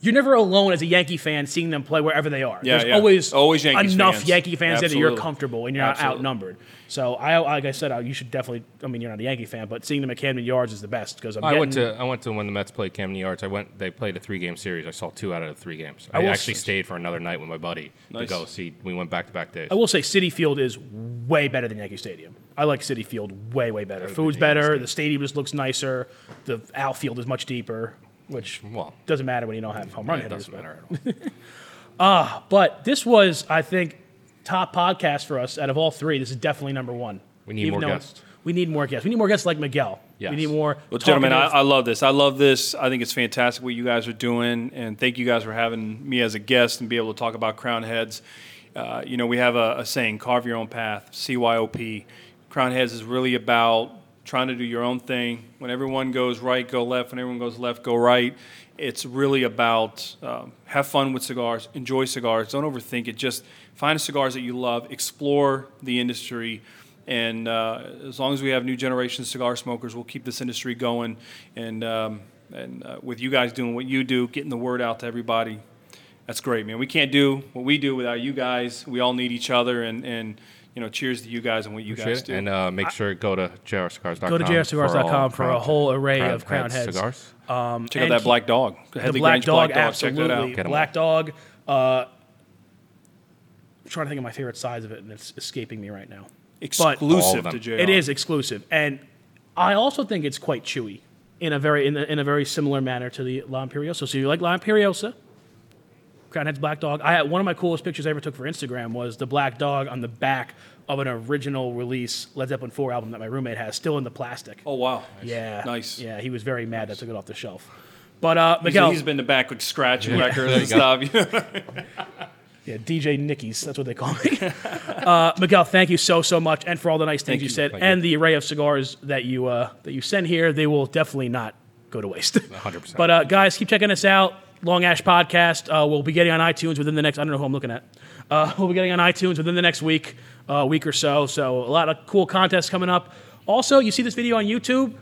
B: You're never alone as a Yankee fan seeing them play wherever they are.
D: Yeah,
B: There's
D: yeah.
B: always,
D: Always Yankees
B: enough
D: fans.
B: Yankee fans that you're
D: Absolutely.
B: comfortable and you're not
D: Absolutely.
B: outnumbered. So I, like I said, I, you should definitely. I mean, you're not a Yankee fan, but seeing them at Camden Yards is the best because I'm.
C: I
B: getting,
C: went to I went to when the Mets played Camden Yards. I went. They played a three game series. I saw two out of the three games. I,
B: will
C: actually
B: s-
C: stayed for another night with my buddy
D: Nice.
C: to go see. We went back to back days.
B: I will say City Field is way better than Yankee Stadium. I like City Field way, way better. Food's better. The stadium just looks nicer. The outfield is much deeper, which
C: Well,
B: doesn't matter when you don't have home run
C: it
B: hitters.
C: doesn't
B: but-
C: matter at all.
B: But this was, I think, top podcast for us out of all three. This is definitely number one.
C: We need more guests.
B: We need more guests. We need more guests like Miguel. We
C: Yes.
B: need more.
D: Well, gentlemen, I,
B: talkative-
D: I love this. I love this. I think it's fantastic what you guys are doing, and thank you guys for having me as a guest and be able to talk about crown heads. Uh, you know, we have a, a saying: "Carve your own path." CYOP. Crown heads is really about trying to do your own thing. When everyone goes right, go left. When everyone goes left, go right. It's really about um, have fun with cigars, enjoy cigars, don't overthink it. Just find cigars that you love, explore the industry, and uh, as long as we have new generation of cigar smokers, we'll keep this industry going. And um, and uh, with you guys doing what you do, getting the word out to everybody, that's great, man. We can't do what we do without you guys. We all need each other, and and you know, cheers to you guys and what you
C: Appreciate
D: guys
C: it.
D: do.
C: And uh, make sure to go to jrcigars.com.
B: go to jrcigars.com for, a whole array of crown heads.
C: cigars.
D: Check out
B: and
D: that
B: he-
D: black dog,
B: the
D: Headley
B: black
D: Grange
B: dog,
D: Check
B: absolutely.
D: that out.
C: Get 'em
B: black dog. Uh, I'm trying to think of my favorite size of it, and it's escaping me right now. But
D: Exclusive to
C: them.
D: JR.
B: it is exclusive, and I also think it's quite chewy in a very in, a- in a very similar manner to the La Imperiosa. So you like La Imperiosa? Crown Heads Black Dog. I had one of my coolest pictures I ever took for Instagram was the black dog on the back of an original release Led Zeppelin 4 album that my roommate has, still in the plastic.
D: Oh wow.
B: yeah,
D: Nice.
B: Yeah, he was very mad that I took it off the shelf. But uh,
D: So
B: Miguel,
D: he's been in the back like scratching records
C: There
D: and
C: you go.
D: stuff.
B: Yeah, DJ Nickies. That's what they call me. uh, Miguel, thank you so so much, and for all the nice things
D: Thank
B: you,
D: you.
B: said,
C: Thank
B: and the array of cigars that you uh, that you send here. They will definitely not go to waste.
C: 100%.
B: But uh, guys, keep checking us out. Long Ash Podcast. Uh, we'll be getting on iTunes within the next. I don't know who I'm looking at. Uh, we'll be getting on iTunes within the next week, uh, week or so. So a lot of cool contests coming up. Also, you see this video on YouTube.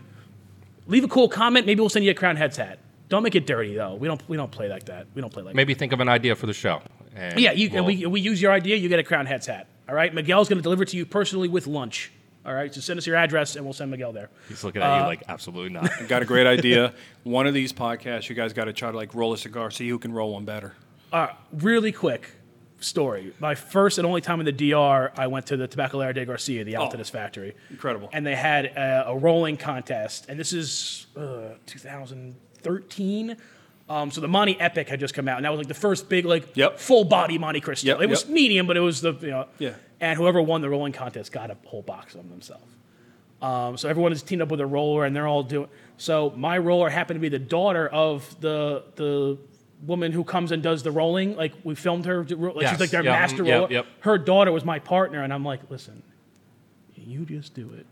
B: Leave a cool comment. Maybe we'll send you a crown heads hat. Don't make it dirty though. We don't. We don't play like that. We don't play like. that.
C: Maybe think of an idea for the show. And
B: Yeah, you
C: we'll-
B: and we, we use your idea, you get a Crown Heads hat. All right, Miguel's going to deliver it to you personally with lunch. All right, so send us your address and we'll send Miguel there.
C: He's looking
B: uh,
C: at you like absolutely not.
D: got a great idea. One of these podcasts, you guys got to try to like roll a cigar, see who can roll one better.
B: Really quick story. My first and only time in the DR, I went to the Tabacalera de Garcia, the Altadis factory.
D: Oh, Incredible.
B: And they had a, a rolling contest, and this is uh, 2013. Um, so the Monte Epic had just come out, and that was like the first big, like
D: Yep.
B: full body Monte Cristo.
D: Yep,
B: it was
D: yep.
B: medium, but it was the you know.
D: Yeah.
B: And whoever won the rolling contest got a whole box of them themselves. Um, so everyone is teamed up with a roller, and they're all doing. So my roller happened to be the daughter of the the woman who comes and does the rolling. Like we filmed her. do- Like
C: Yes.
B: She's like their
C: Yeah,
B: master
C: mm, yep,
B: roller.
C: yep.
B: Her daughter was my partner, and I'm like, listen, you just do it,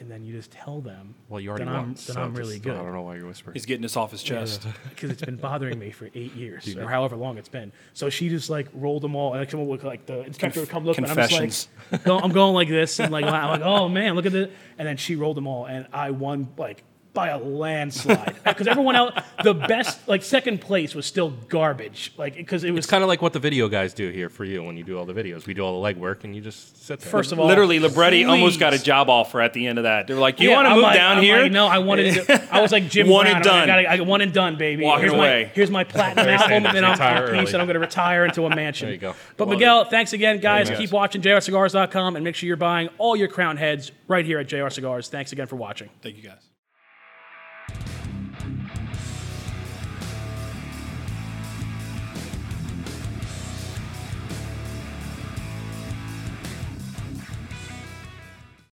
B: and then you just tell them.
C: Well, you already
B: then
C: won.
B: I'm,
C: so
B: then I'm
C: just-
B: really
C: I don't
B: good
C: know why you're whispering.
D: He's getting this off his chest.
B: because it's been bothering me for eight years or however long it's been. So she just like rolled them all, and like someone would like the instructor would come look, and I'm just like, go, I'm going like this, and like I'm like, oh man, look at this, and then she rolled them all, and I won like by a landslide because everyone else, the best like second place was still garbage, like because it was
C: It's kind of like what the video guys do here for you when you do all the videos. We do all the legwork and you just sit there.
B: First of all,
D: Literally, Libretti almost got a
B: please.
D: job offer at the end of that. They were like, "You
B: Yeah,
D: want to
B: I'm
D: move
B: like-
D: down
B: I'm
D: here?"
B: Like, no, I wanted to. do- I was like Jim
D: One
B: Brown.
D: and
B: I'm like,
D: done.
B: I, got one and done, baby.
D: Walking
B: here's
D: away.
B: My, here's my platinum
C: Very
B: album,
C: standard.
B: and then I'm
C: Retire
B: on peace,
C: early.
B: and I'm going to retire into a mansion.
C: There you go.
B: But
D: Well,
B: Miguel, thanks again, guys.
C: you go.
B: Keep watching JRCigars.com and make sure you're buying all your crown heads right here at JR Cigars. Thanks again for watching.
D: Thank you guys.